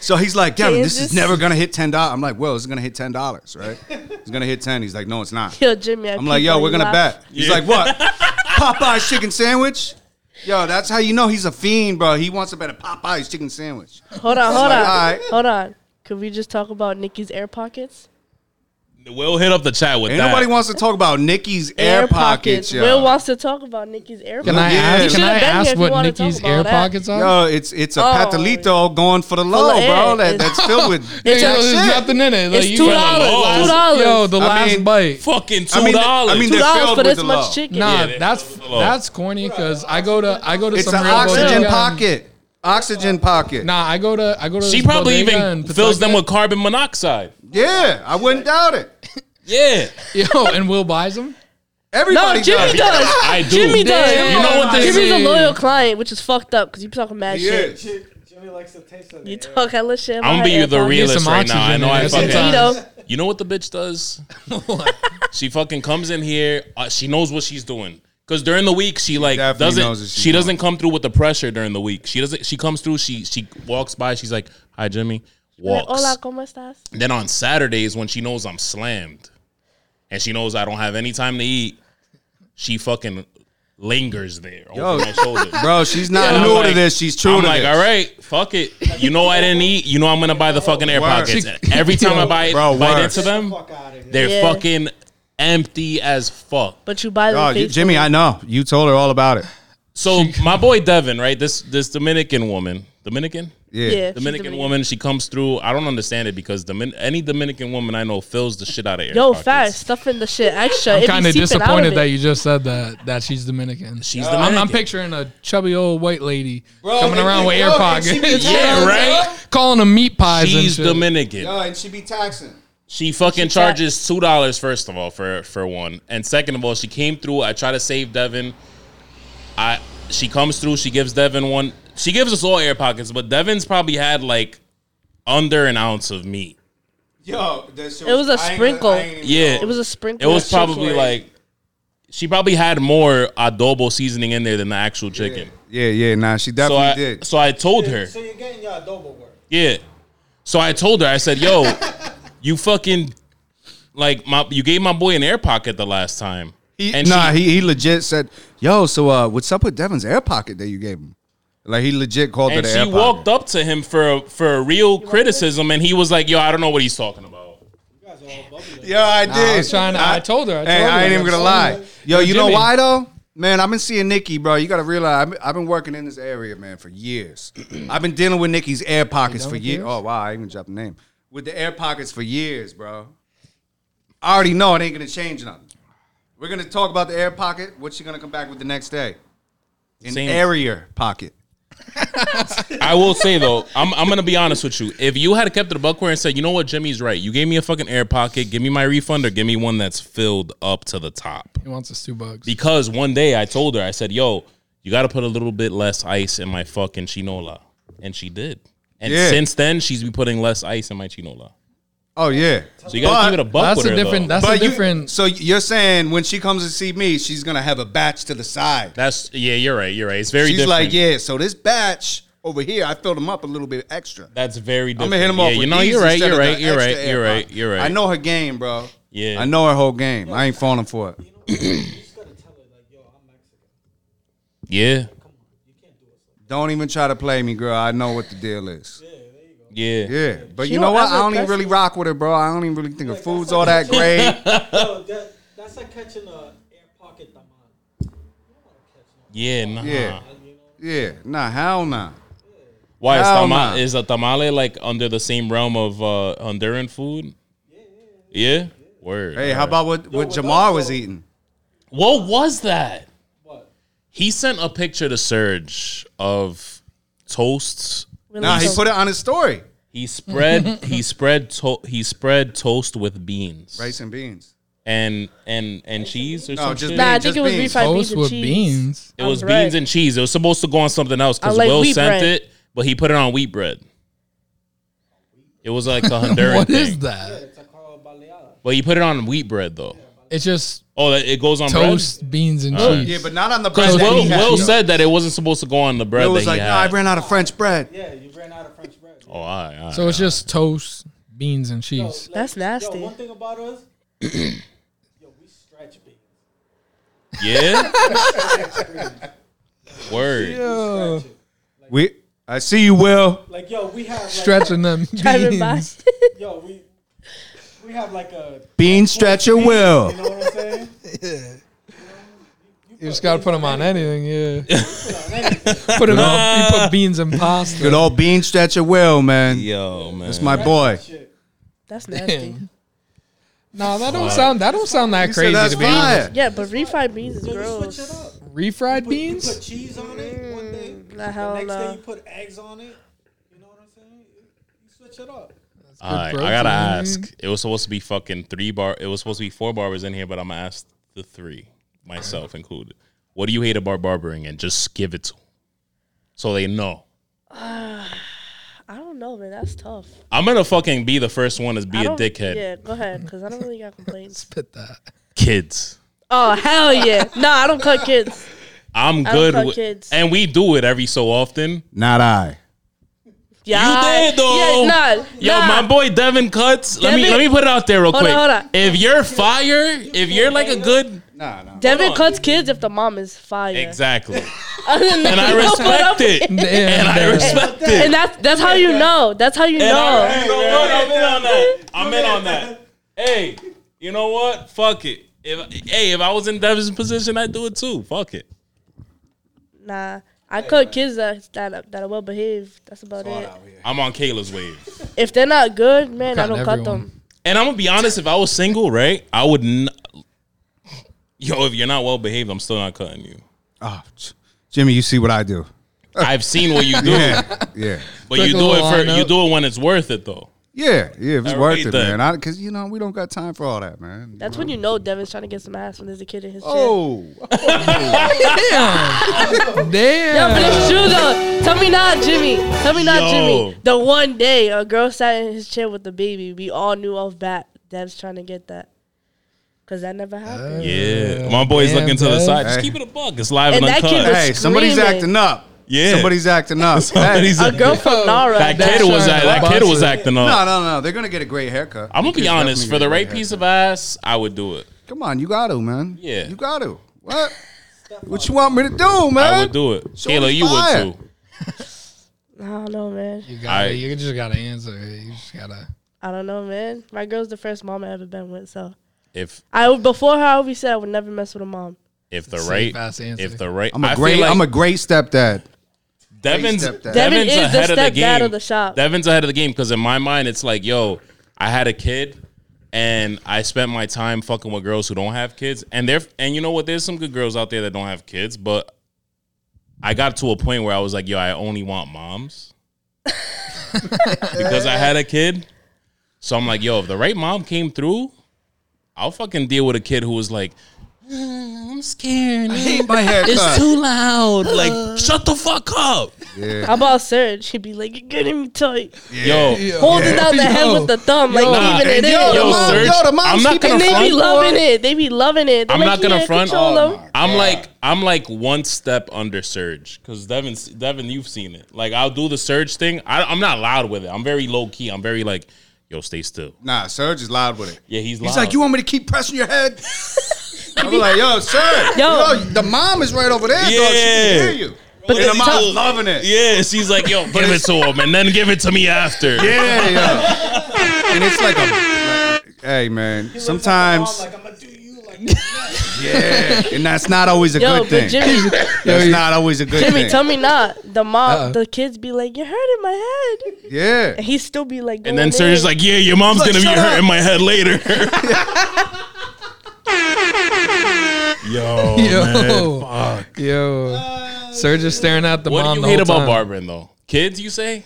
so he's like, Kevin, this is Kansas. never gonna hit ten dollars. I'm like, well, it's gonna hit ten dollars, right? It's gonna hit ten. He's like, no, it's not. Yo, Jimmy. I I'm like, peeped yo, on we're you gonna live. bet. He's like, what? Popeye's chicken sandwich. Yo, that's how you know he's a fiend, bro. He wants to bet a Popeye's chicken sandwich. Hold on, hold like, on, all right. hold on. Could we just talk about Nikki's air pockets? We'll hit up the chat with Ain't that. nobody wants to talk about Nikki's air, pockets, yo. Will wants to talk about Nikki's air Can I Yeah. pockets. You ask? Can should've I been here if ask you what wanna Nikki's talk about air that. pockets are? Yo, it's it's a Oh. patalito going for the low, of bro. air. That, It's- that's filled with Yo, It's there's shit. nothing in it. Like, It's you two got- dollars. Two Yo, dollars. the I last mean- bite. fucking two I mean, dollars. I mean, Two they're dollars filled for with this the much law. chicken. Nah, they- that's Hello. that's corny because I go to I go to It's some an real oxygen bodega and- pocket. Oxygen pocket. Nah, I go to I go to. She this probably bodega even in fills them with Pawtucket. carbon monoxide. Yeah, I wouldn't doubt it. Yeah, Yo, and Will buys them. Everybody No, Jimmy does. does. I do. Jimmy does. Damn. You know what this Jimmy's a is? loyal client, which is fucked up because you talking mad He shit. is. Chick- Jimmy likes the taste of You it. talk hella shit. I'm gonna be you the realest some right now. I oxygen know in I there fucking. sometimes. Tito. You know what the bitch does? she fucking comes in here. Uh, she knows what she's doing. Cause during the week she like definitely knows doesn't what she, she's doesn't come through with the pressure during the week. She doesn't. She comes through. She she walks by. She's like, "Hi, Jimmy." Like, Walks. Hola, ¿cómo estás? Then on Saturdays, when she knows I'm slammed and she knows I don't have any time to eat, she fucking lingers there Yo. over my shoulder. Bro, she's not And I'm new like- to this. She's true I'm to like, this. all right, fuck it. You know I didn't eat. You know I'm gonna buy the fucking air Word. pockets. Every time I buy Bro, bite word. into them, Fuck out of here. they're Yeah. fucking empty as fuck. But you buy them. Oh, you- faithfully. Jimmy, I know. You told her all about it. So my boy Devin, right? This this Dominican woman, Dominican, Yeah. Yeah, she's Dominican, woman. She comes through. I don't understand it because Domin- any Dominican woman I know fills the shit out of air. Yo, pockets. fast stuffing the shit extra. I'm kind of disappointed that you. you just said that that she's Dominican. She's I'm, Dominican. I'm picturing a chubby old white lady Bro, coming and- around with and- air yo, and she be pockets. Yeah, Yeah, right. Calling them meat pies She's and shit. Dominican. and she be taxing. She fucking She fat. charges two dollars first of all for for one, and second of all, she came through. I try to save Devin. I she comes through. She gives Devin one. She gives us all air pockets, but Devin's probably had like under an ounce of meat. Yo, that shit It was a sprinkle. Yeah, It was a sprinkle. It was of probably Chick-fil-A. like she probably had more adobo seasoning in there than the actual chicken. Yeah, yeah, nah, she So definitely I did. so I told her. So you're getting your adobo work. Yeah. So I told her, I said, yo, you fucking like my you gave my boy an air pocket the last time. He, and nah, she- he, he legit said, yo, so uh, what's up with Devin's air pocket that you gave him? Like, he legit called and it an she air walked pocket. up to him for a, for a real criticism and he was like, yo, I don't know what he's talking about. You guys are all bubbly. Yo, I did. I was trying to- I told her, I hey, told I her, ain't even that's gonna funny. lie. Yo, Yo, you know Jimmy. why though? Man, I've been seeing Nikki, bro. You got to realize I've been, I've been working in this area, man, for years. I've been dealing with Nikki's air pockets for with years. yours? Oh wow, I even dropped the name with the air pockets for years, bro. I already know it ain't gonna change nothing. We're gonna talk about the air pocket. What she gonna come back with the next day? An Same. area pocket. I will say though, I'm, I'm gonna be honest with you. If you had kept it a buck and said, you know what, Jimmy's right. You gave me a fucking air pocket. Give me my refund or give me one that's filled up to the top. He wants us two bugs. Because one day I told her, I said, yo, you got to put a little bit less ice in my fucking chinola, and she did. And Yeah. since then, she's been putting less ice in my chinola. Oh yeah. So you gotta But- keep it a buck that's with a her, different. though. That's a But you- different. so you're saying when she comes to see me, she's gonna have a batch to the side. That's yeah, you're right. You're right. It's very she's different. like, yeah. So this batch over here, I filled them up a little bit extra. That's very I'm different. gonna hit him yeah, off. you with know, these you're right. instead You're of right. the You're extra right. air You're right. pocket. You're right. I know her game, bro. Yeah. I know her whole game. I ain't falling for it. you just gotta tell her like, yo, I'm Mexican. Yeah. Don't even try to play me, girl. I know what the deal is. Yeah. Yeah, but She you know don't what? ever I don't even press really you. rock with her, bro. I don't even really think her food's all that great. Yo, that, that's like catching a air pocket tamal. Yeah. Nah. Yeah. Yeah, nah, hell nah. Why is, Hell tama- nah. is a tamale like under the same realm of uh, Honduran food? Yeah. Word. Hey, how about what what Jamar was eating? what was that? What? He sent a picture to Serge of toasts. Nah, he put it on his story. He spread he spread to- he spread toast with beans Rice and beans. and and and cheese or No, something. just Nah, I beans, think it just was beans. refried beans Toast and with cheese. beans. It was on bread. beans and cheese. It was supposed to go on something else because I like Will wheat sent bread. it, but he put it on wheat bread. It was like a Honduran What thing, is that? It's a called baleada. but he put it on wheat bread though. It's just Oh, that it goes on toast, beans, and cheese. Yeah, but not on the bread. Because that Will, he had. Will said that it wasn't supposed to go on the bread Will that was he like, had. nah, I ran out of French bread. Yeah, you ran out of French bread. oh, all right, all right. so it's just toast, beans, and Yo, cheese. like, That's nasty. Yo, one thing about us, yo, we stretch big. yeah. Word. Yo, We, I see you, Will. Like yo, we have like, stretching them Driving by. beans. Yo, we we have like a. Bean stretcher, Will. You know what I'm saying? You just gotta put them on anything. Yeah, put them on. You put beans and pasta. Good old bean stretcher, Will, man. Yo, man. That's my boy. Shit. That's nasty. Damn. Nah, that don't sound. That don't sound that You crazy said that's to be honest. fire. Yeah, but refried beans is Yo, you switch gross. it up. Refried Put, you put beans. cheese on it one day. Nah, The hell next day no. you put eggs on it. You know what I'm saying? You switch it up. All right, I gotta ask. It was supposed to be fucking three bar. It was supposed to be four barbers in here, but I'm gonna ask the three, myself included. What do you hate about barbering? And just give it to 'em. so they know. I don't know, man. That's tough. I'm gonna fucking be the first one to be I a don't- dickhead. Yeah, go ahead, because I don't really got complaints. Spit that. Kids. oh hell yeah! No, I don't cut kids. I'm don't good fuck with kids. and we do it every so often. Not I. Yeah, did, though. Yeah, nah, Yo, nah. my boy Devin cuts. Let me Devin- let me put it out there real Hold on, quick. hold on. If you're fire, if you're like a good Nah, nah. Devin on. cuts kids if the mom is fire. Exactly. Other than And that, I you don't put up respect with it. Damn, And I Darren. respect it. And that's that's how you know. That's how you And know. I, you know what? I'm in on that. I'm in on that. Hey, you know what? Fuck it. If hey, if I was in Devin's position, I'd do it too. Fuck it. Nah, I cut kids that that that are well behaved. That's about it. I'm on Kayla's wave. If they're not good, man, I cutting don't cut everyone. them. And I'm gonna be honest. If I was single, right, I would. N- Yo, if you're not well behaved, I'm still not cutting you. Oh, j- Jimmy, you see what I do. I've seen what you do, Yeah, yeah. but you Took do a it little for lineup. you do it when it's worth it, though. Yeah, yeah, if it's I worth rate it, that. man. I, Cause you know we don't got time for all that, man. That's when you know Devin's trying to get some ass when there's a kid in his shit. Oh, Damn. Yeah, but Damn. it's true though. Tell me not, Jimmy. Tell me not, Yo. Jimmy. The one day a girl sat in his chair with the baby, we all knew off bat Dev's trying to get that, cause that never happened. Yeah, my boy's damn, looking to the Dev. side. Just Hey. keep it a bug. It's live and, And that uncut. kid was- hey, somebody's Screaming. acting up. yeah, Somebody's acting up. Somebody's Hey, A girl from Nara. that Dev. kid was act- that kid was Busted. acting up. no, no, no. They're gonna get a great haircut. I'm gonna The be kids honest. definitely For get a the great right haircut. piece of ass, I would do it. Come on, you got to, man. Yeah. you got to. What? What you want me to do, man? I would do it. Shorty's Kayla, you fire. would too. I don't know, man. You, I- gotta, you just gotta answer. it. You just gotta. I don't know, man. My girl's the first mom I ever been with, so If I would- before her I always said I would never mess with a mom. if the Safe right, ass answer. if the right, I'm a I feel great. like I'm a great stepdad. Devin's, Great Devin's stepdad. Devin is the ahead of the stepdad game. of the shop. Devin's ahead of the game because in my mind, it's like, yo, I had a kid, and I spent my time fucking with girls who don't have kids, and they're and you know what? There's some good girls out there that don't have kids, but I got to a point where I was like, yo, I only want moms because I had a kid. So I'm like, yo, if the right mom came through, I'll fucking deal with a kid who was like, "Uh, I'm scared. man. Hate my It's haircut. too loud. Like, shut the fuck up. How about Serge? He'd be like, "You're getting me tight." Yo, Holding out the head Yo. with the thumb, like Nah, leaving it and in. yo, yo, mom- Serge, yo, the mom's I'm not keeping gonna and they be front. loving it. They be loving it. They're I'm like, not gonna yeah, front. Control Oh, them. I'm like I'm like one step under surge because Devin, Devin, you've seen it. Like I'll do the surge thing. I, I'm not loud with it. I'm very low key. I'm very like, yo, stay still. Nah, Serge is loud with it. Yeah, he's loud. He's like, you want me to keep pressing your head? I'm like, yo, Serge. Yo. Yo, the mom is right over there. Yeah. Dog. She Yeah. can hear you. But the the mom's tough- loving it. Yeah, she's like, yo, give it to him and then give it to me after. Yeah, yeah. and it's like a. like, hey, man. Sometimes. Like, I'm gonna do you like that. yeah. And that's not always a Yo, good but thing. Jimmy, that's not always a good Jimmy, thing. tell me not. The mom, Uh-uh. the kids be like, "You're hurting my head," yeah. and he still be like, And then going in. Serge's like, yeah, your mom's gonna be shut hurting up. my head later. yo, Yo, yo, Serge is staring at the what mom. do you the hate whole about time. barbering though? Kids, you say?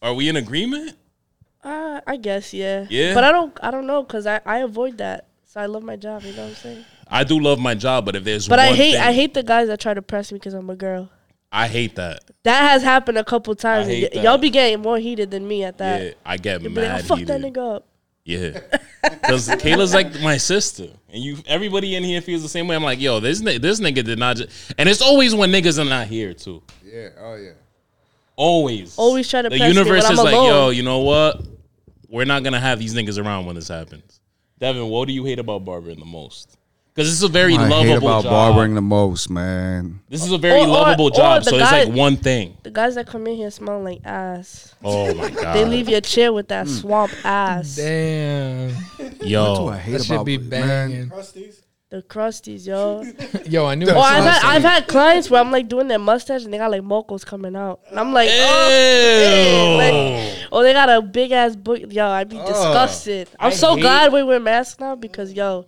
Are we in agreement? Uh, I guess, yeah. Yeah? But I don't, I don't know, cause I, I avoid that. So I love my job. You know what I'm saying? I do love my job, but if there's But I one hate, thing- I hate the guys that try to press me because I'm a girl. I hate that. That has happened a couple times. I hate Y- y'all that. be getting more heated than me at that. Yeah, I get You'll be like, mad oh, fuck that heated. nigga up. Yeah, because Kayla's like my sister, and you everybody in here feels the same way. I'm like, yo, this ni- this nigga did not, ju- and it's always when niggas are not here too. Yeah. Oh, yeah. Always, Always try to The press me when universe I'm is like, yo, alone. you know what? We're not gonna have these niggas around when this happens. Devin, what do you hate about barbering the most? Because this is a very I lovable hate about job. barbering the most, man. This is a very Or- or- lovable or job, the so it's guy- like one thing. The guys that come in here smelling like ass. Oh my god, They leave your chair with that mm. swamp ass. Damn, I yo, hate that about should be man. banging. Crusties. The crusties, yo. Yo, I knew. Or I Oh, I've saw had, I've something. had clients where I'm like doing their mustache and they got like mocos coming out. And I'm like, Ew. oh, man, like- oh, they got a big ass book. Yo, I'd be disgusted. I'm so glad we wear masks now because, yo,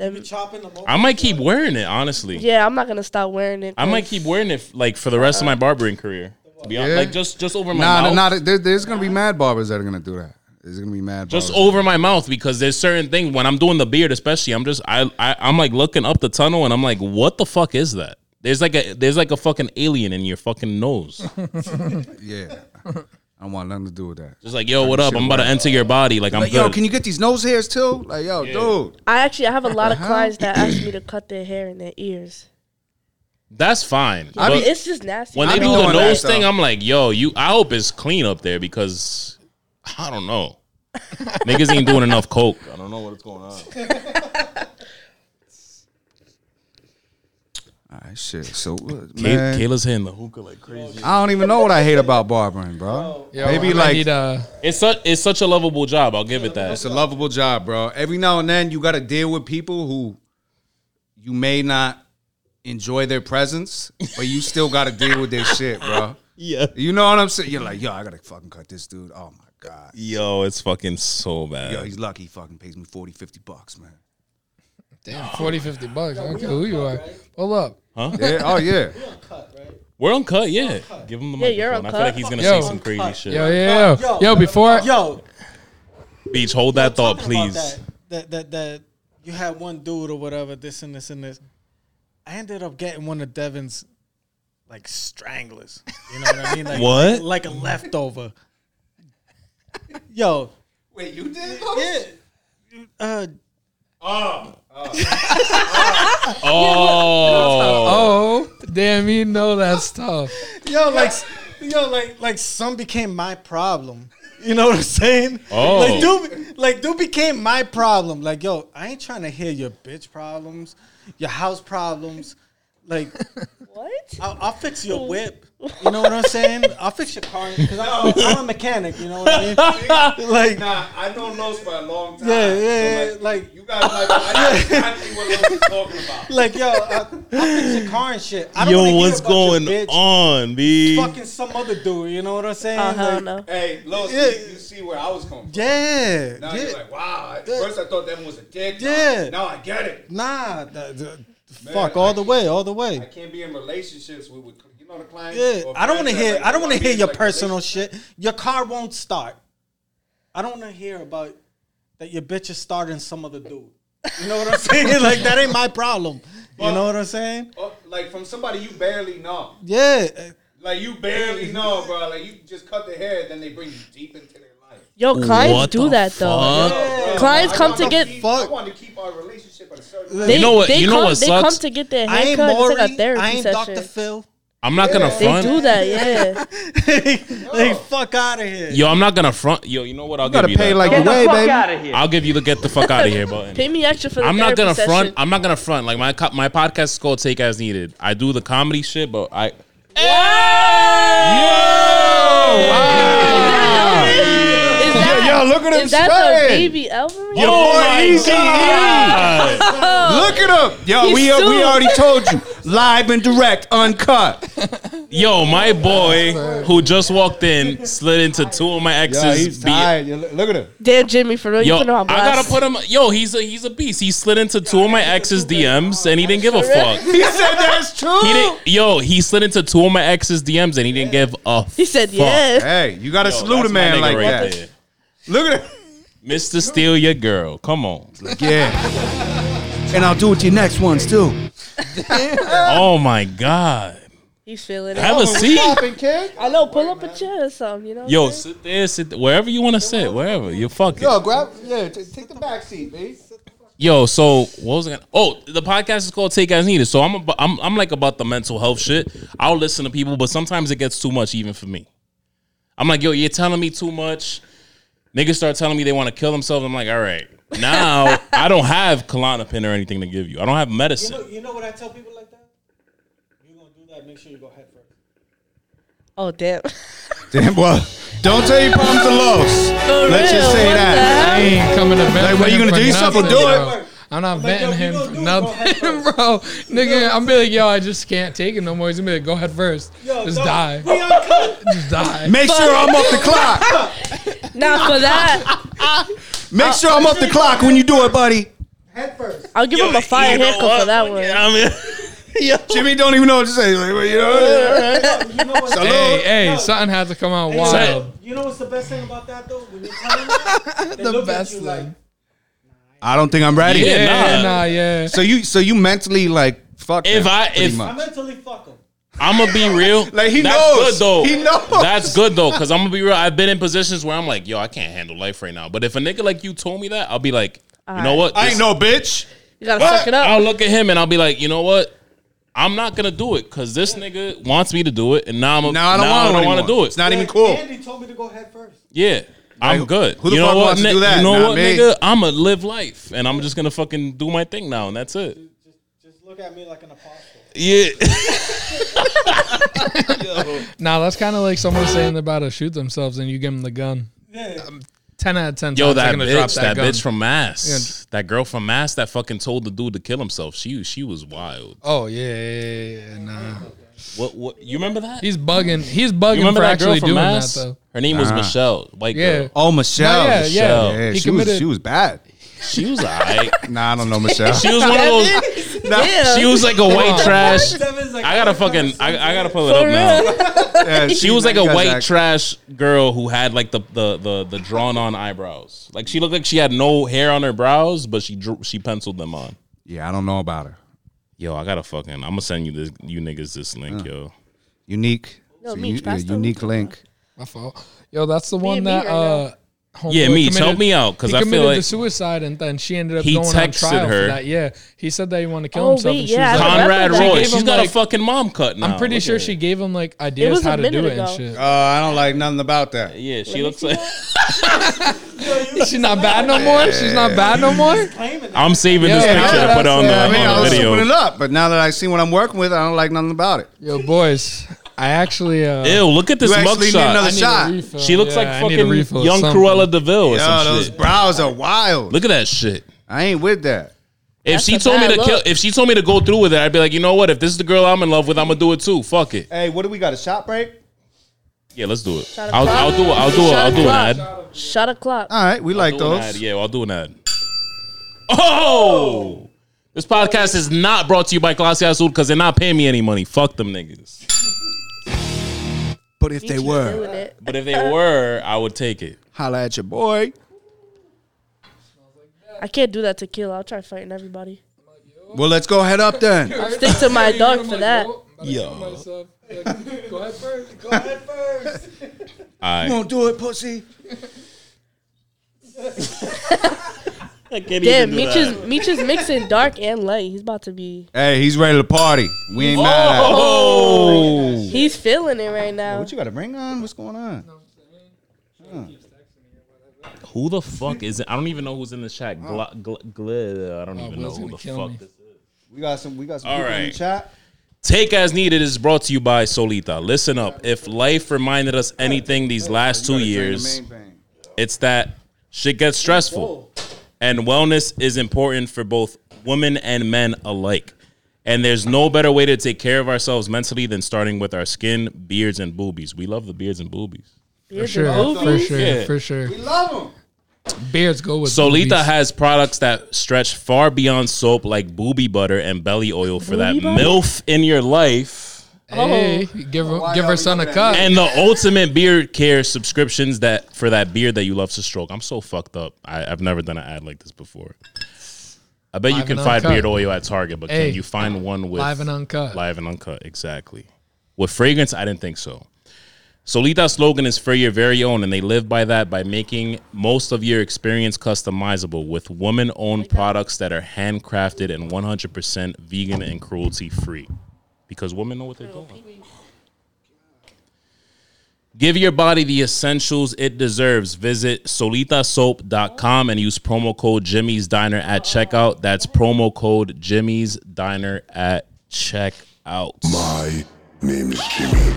You them, chopping them up. I might keep wearing it honestly. yeah, I'm not going to stop wearing it. I 'cause might keep wearing it like for the rest of my barbering career. To be honest, Yeah. like just just over my Nah, nah, mouth, nah, there, there's gonna be mad barbers that are gonna do that. There's gonna be mad. just barbers. over my mouth because there's certain things when I'm doing the beard, especially I'm just I, I I'm like looking up the tunnel and I'm like, what the fuck is that? There's like a there's like a fucking alien in your fucking nose. Yeah. I don't want nothing to do with that. Just like yo, what up? I'm about to enter your body. Like I'm Like, yo, good. can you get these nose hairs too? Like, yo, dude. I actually I have a lot of hell? clients that ask me to cut their hair and their ears. That's fine. I But mean, It's just nasty. when they I do be the doing that, nose thing, though. I'm like, yo, you. I hope it's clean up there because I don't know. Niggas ain't doing enough coke. I don't know what's going on. All right, shit. So, what, Kay- man, Kayla's hitting the hookah like crazy. I don't even know what I hate about barbering, bro. Yo, Maybe I like need uh, a- It's such it's such a lovable job. I'll give it that. it's a lovable job, bro. Every now and then, you got to deal with people who you may not enjoy their presence, but you still got to deal with their shit, bro. Yeah. You know what I'm saying? You're like, yo, I gotta fucking cut this dude. Oh my god. Yo, it's fucking so Yo, bad. he's lucky. He fucking pays me 40, 50 bucks, man. damn 40, 50 bucks. I don't care who you are. Pull up. Yeah. Oh yeah. Cut, right? We're uncut, yeah. Give him the microphone. you're I feel like uncut. he's gonna Yo. say some crazy shit. Yo, yeah, yo, Yo. yo. Before, Yo, Beach, hold that thought, talking about Oh, please. That, that that that you had one dude or whatever, this and this and this. I ended up getting one of Devin's like stranglers. You know what I mean? Like, What? Like, a leftover. Yo, Wait, you did? yeah. Uh, Oh, oh, damn, you know that's tough. yo, like, s- yo, like, like, some became my problem. You know what I'm saying? Oh. Like, dude, like, dude became my problem. Like, yo, I ain't trying to hear your bitch problems, your house problems. Like, What? I'll, I'll fix your whip. You know what I'm saying? I'll fix your car because I'm, I'm a mechanic. You know what I mean? Like, Nah, I know Los for a long time. yeah, yeah, yeah, like You guys like I know exactly what Los is talking about. Like yo, I, I fix your car and shit. I don't wanna Yo, hear what's about your going bitch. on, B? Fucking some other dude. You know what I'm saying? Oh, hell Like, no. Hey, Los, Yeah. you, you see where I was coming from. Yeah, Now yeah, you're like, wow. At first I thought that was a dick. Yeah. Now I get it. nah. the- the- Man, fuck all like- the way, all the I way. can't be in relationships with, with you know the clients. Yeah, or I friends don't want to that, hear. like, I don't want to me hear in, your like, personal relationships. shit. Your car won't start. I don't want to hear about that. Your bitch is starting some other dude. You know what I'm saying? like that ain't my problem. You know what I'm saying? Oh, like from somebody you barely know. Yeah. uh, Like you barely know, bro. Like you just cut the hair, then they bring you deep into their life. Yo, clients What do the that though. fuck? Bro, Clients I come wanna to get- keep- I Fuck. want to keep our relationship at a certain. They, know what- They you know come, what They come sucks? to get their I ain't haircut. It's like a Maury. therapy I ain't session. Dr. Phil. I'm not gonna They front. do that, yeah. like fuck out of here. Yo, I'm not gonna front. Yo, you know what? I'll give you that. the way, baby. I'll give you the get the fuck out of here button. Pay me extra for the I'm not therapy gonna session. front. I'm not gonna front. Like my co- my podcast is called Take As Needed. I do the comedy shit, but I. Is that, Yo, look at him is that the spread. baby album? Yo! Yo! my Easy E. God. Look at him. Yo, we, He's we sued. already told you. Live and direct, uncut. Yo, my boy who just walked in slid into two of my exes. be- Look at him. Damn, Jimmy, for real, Yo, you put him I on blast. gotta put him. Yo, he's a he's a beast. He slid into two of my exes DMs and he didn't give a fuck. He said that's true. He didn't. Yo, he slid into two of my exes DMs and he didn't give a. He said, fuck. "Yeah." Hey, you gotta Yo, salute a that's my man nigga like right that. there. Look at him. Mr. Steal Your Girl. Come on. Yeah. And I'll do it to your next ones too. Oh my God. He's feeling it. Have Oh. a seat. kid. I know. Pull up a chair or something. You know. what Yo, I'm saying? sit there, sit there, wherever you want to sit, wherever you're fucking. Yo, grab. Yeah, take the back seat, baby. so what was I gonna? Oh, the podcast is called Take As Needed. So I'm, about, I'm, I'm like about the mental health shit. I'll listen to people, but sometimes it gets too much even for me. I'm like, yo, you're telling me too much. Niggas start telling me they want to kill themselves. I'm like, all right, now I don't have Klonopin or anything to give you. I don't have You know, medicine. you know what I tell people like that? You gonna do that? Make sure you go head first. Oh damn. Damn, well, don't tell your problems to Los. Let's just say that. I ain't coming to vent. Like, what, for you him gonna for do something? nothing, Do it. bro. I'm not Like, yo, venting you him gonna for do it, go ahead nothing, first. bro. Nigga, I'm be like, yo, I just can't take it no more. He's gonna be like, go ahead first. just no, die. We uncut. Just die. Make sure I'm off the clock. Now for that, Make sure I'm off the clock when you do it, buddy. Head first. I'll give him a fire haircut for that one. I mean, Jimmy don't even know what to say. Like, well, you know, You know what's Salute. Hey, hey, Yo. something has to come out Say- wild. You know what's the best thing about that though? When you tell them that, they The look best at you thing. like, I don't think I'm ready. Yeah. Nah. Yeah, nah, yeah. So you, so you mentally like fuck. If him, I- pretty if- I much. mentally fuck them. I'm gonna be real. Like, he That's knows. good though. He knows. That's good though, because I'm gonna be real. I've been in positions where I'm like, yo, I can't handle life right now. But if a nigga like you told me that, I'll be like, you know what? I ain't This- no bitch. You gotta What? suck it up. I'll look at him and I'll be like, you know what? I'm not gonna do it because this nigga wants me to do it, and now I'm No, I don't want. I don't want to do it. It's not even cool. Andy told me to go head first. yeah, I'm good. who the you know fuck what? wants to ni- do that? You know Not what, me. nigga? I'm gonna live life, and I'm just gonna fucking do my thing now, and that's it. Just, just look at me like an apostle. Yeah. Nah, that's kind of like someone saying they're about to shoot themselves and you give them the gun. Um, Yeah. Ten out of ten. Yo, times they're that gonna drop bitch, that, gun. bitch from Mass, that girl from Mass, that fucking told the dude to kill himself. She she was wild. Oh yeah, yeah, yeah, yeah, nah. What what? You remember that? He's bugging. He's You bugging remember for that girl actually from doing Mass? that though. Her name was Michelle, white Yeah. girl. Oh, Michelle. No, yeah, Michelle. yeah. Yeah, He she was, committed. she was bad. She was alright. Nah, I don't know Michelle. She was one of those. Yeah. She was like a white on. trash. Devin's like, I gotta fucking. I, I gotta pull it up For now. real. Yeah, She was like a you guys white act- trash girl who had like the the the, the drawn on eyebrows. Like she looked like she had no hair on her brows, but she drew, she penciled them on. Yeah, I don't know about her. Yo, I gotta fucking. I'm gonna send you this. You niggas this link, yo. Unique. No, It's a Meech, u- a pass the unique link. My fault. Yo, that's the one and me that. right uh homeboy Yeah, Meech, committed- help me out, 'cause he I feel committed like- the suicide, and then she ended up He going on texted trial her. for that. Yeah, he said that he wanted to kill Oh, himself. wait, and she yeah, was I like, remember Conrad that. She Roy. gave She's him, got like- a Oh, fucking mom cut now. I'm pretty Look sure at she it. gave him like ideas was a how to do minute it and ago. shit. Uh, I don't like nothing about that. Yeah, she looks like. She's not bad no more. She's not bad no more. Claiming that. I'm saving this Yeah, picture to yeah, put on the, that's- I mean, I on the was video. souping it up, but now that I see what I'm working with, I don't like nothing about it. Yo, boys, I actually uh, Ew, look at this You actually need mugshot. another I need a shot. refill. She looks Yeah, like I need a fucking refill or young something. Cruella DeVille or Yo, some those shit. brows are wild. Look at that shit. I ain't with that. If That's she a told me bad to kill, look. if she told me to go through with it, I'd be like, you know what? If this is the girl I'm in love with, I'm gonna do it too. Fuck it. Hey, what do we got? A shot break? Yeah, let's do it. Shot I'll, o'clock. I'll do it. I'll do it. I'll do an Shot ad. o'clock. Shot o'clock. All right, we like I'll do an those. ad. Yeah, I'll do an ad. Oh, this podcast is not brought to you by Classy Azul because they're not paying me any money. Fuck them niggas. But if they Keep were, doing it. But if they were, I would take it. holla at your boy. I can't do that tequila. I'll try fighting everybody. Well, let's go head up then. I'll stick to my dog for that. Yo. Go ahead first. Go ahead first. All right. Won't do it, pussy. I can't even Damn, do Meech that. is, Meech is mixing dark and light. He's about to be. Hey, he's ready to party. We ain't mad at him. Oh, He's feeling it right now. What you got a ring on? What's going on? who the fuck is it? I don't even know who's in the chat. Gl- gl- gl- I don't Oh, even Will's know who gonna the kill fuck me. this is. We got some. We got some All people in the right. chat. Take as needed is brought to you by Solita. Listen up. If life reminded us anything these last two years, it's that shit gets stressful. And wellness is important for both women and men alike. And there's no better way to take care of ourselves mentally than starting with our skin, beards, and boobies. We love the beards and boobies. For sure, for sure, Yeah. for sure. We love him. Beards go with Solita boobies. has products that stretch far beyond soap, like booby butter and belly oil for that Booby butter? MILF in your life. Hey, give her, Oh. why give y'all her son be a doing cup. that? and the ultimate beard care subscriptions that for that beard that you love to stroke. I'm so fucked up. I, I've never done an ad like this before. I bet you Live can and find uncut. beard oil at Target, but Hey, can you find one with live and uncut. Live and uncut, exactly. With fragrance, I didn't think so. Solita's slogan is for your very own, and they live by that by making most of your experience customizable with woman owned products that are handcrafted and 100% vegan and cruelty free. Because women know what they're doing. Give your body the essentials it deserves. Visit solitasoap.com and use promo code Jimmy's Diner at checkout. That's promo code Jimmy's Diner at checkout. My name is Jimmy.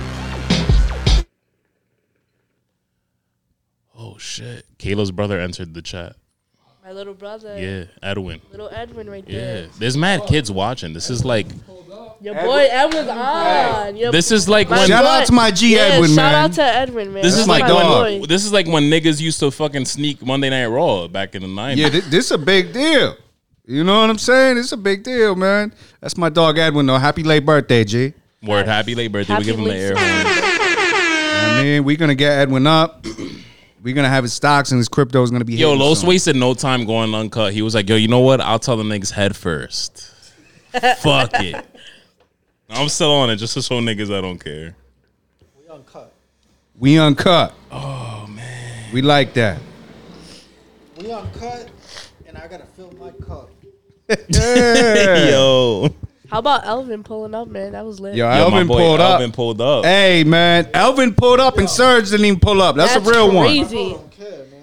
Oh shit. Kayla's brother entered the chat. My little brother, Yeah, Edwin. little Edwin, right Yeah. there. There's mad kids watching. This is like Your boy Edwin's on. Your this is like when Shout out to my G yeah, Edwin, shout man. out to Edwin, man. this That's is my like dog. when this is like when niggas used to fucking sneak Monday Night Raw back in the 90s. Yeah, this, this a big deal. You know what I'm saying? It's a big deal, man. That's my dog Edwin, though. Happy late birthday, G. Word happy late birthday. Happy we give him the late- air. horn. I mean, we're gonna get Edwin up. We're gonna have his stocks, and his crypto is gonna be. Yo, hitting Los soon. wasted no time going uncut. He was like, yo, you know what? I'll tell the niggas head first. Fuck it. I'm still on it just to show niggas I don't care. We uncut. We uncut. Oh man, we like that. We uncut, and I gotta fill my cup. Yo. How about Elvin pulling up, man? That was lit. Yo, Yo, Elvin pulled Alvin up. pulled up. Hey man, Elvin pulled up, and Serge didn't even pull up. That's, a real one. crazy. I don't care, man.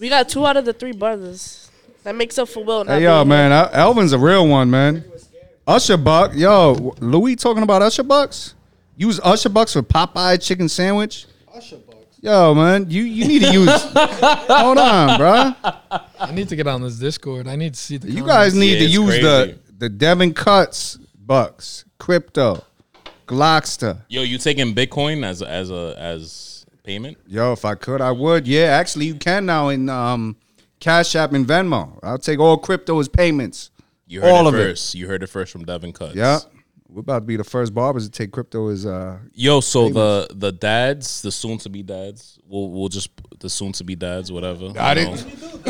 We got two out of the three brothers. That makes up for Will. not Hey yo, being man, El- Elvin's a real one, man. Usher Buck, yo, w- Louis talking about Usher Bucks. Use Usher Bucks for Popeye chicken sandwich. Usher bucks. Yo, man, you you need to use. hold on, bruh. I need to get on this Discord. I need to see the. You comments. guys need Yeah, to it's use crazy. the the Devin Cuts Bucks crypto Glockster. Yo, you taking Bitcoin as as a as payment? Yo, if I could, I would. Yeah, actually, you can now in um, Cash App and Venmo. I'll take all crypto as payments. You heard All it of it. first. You heard it first from Devin Cuts. Yeah, we're about to be the first barbers to take crypto as uh. Yo, so the the dads, the soon to be dads, we'll we'll just the soon to be dads, whatever. Got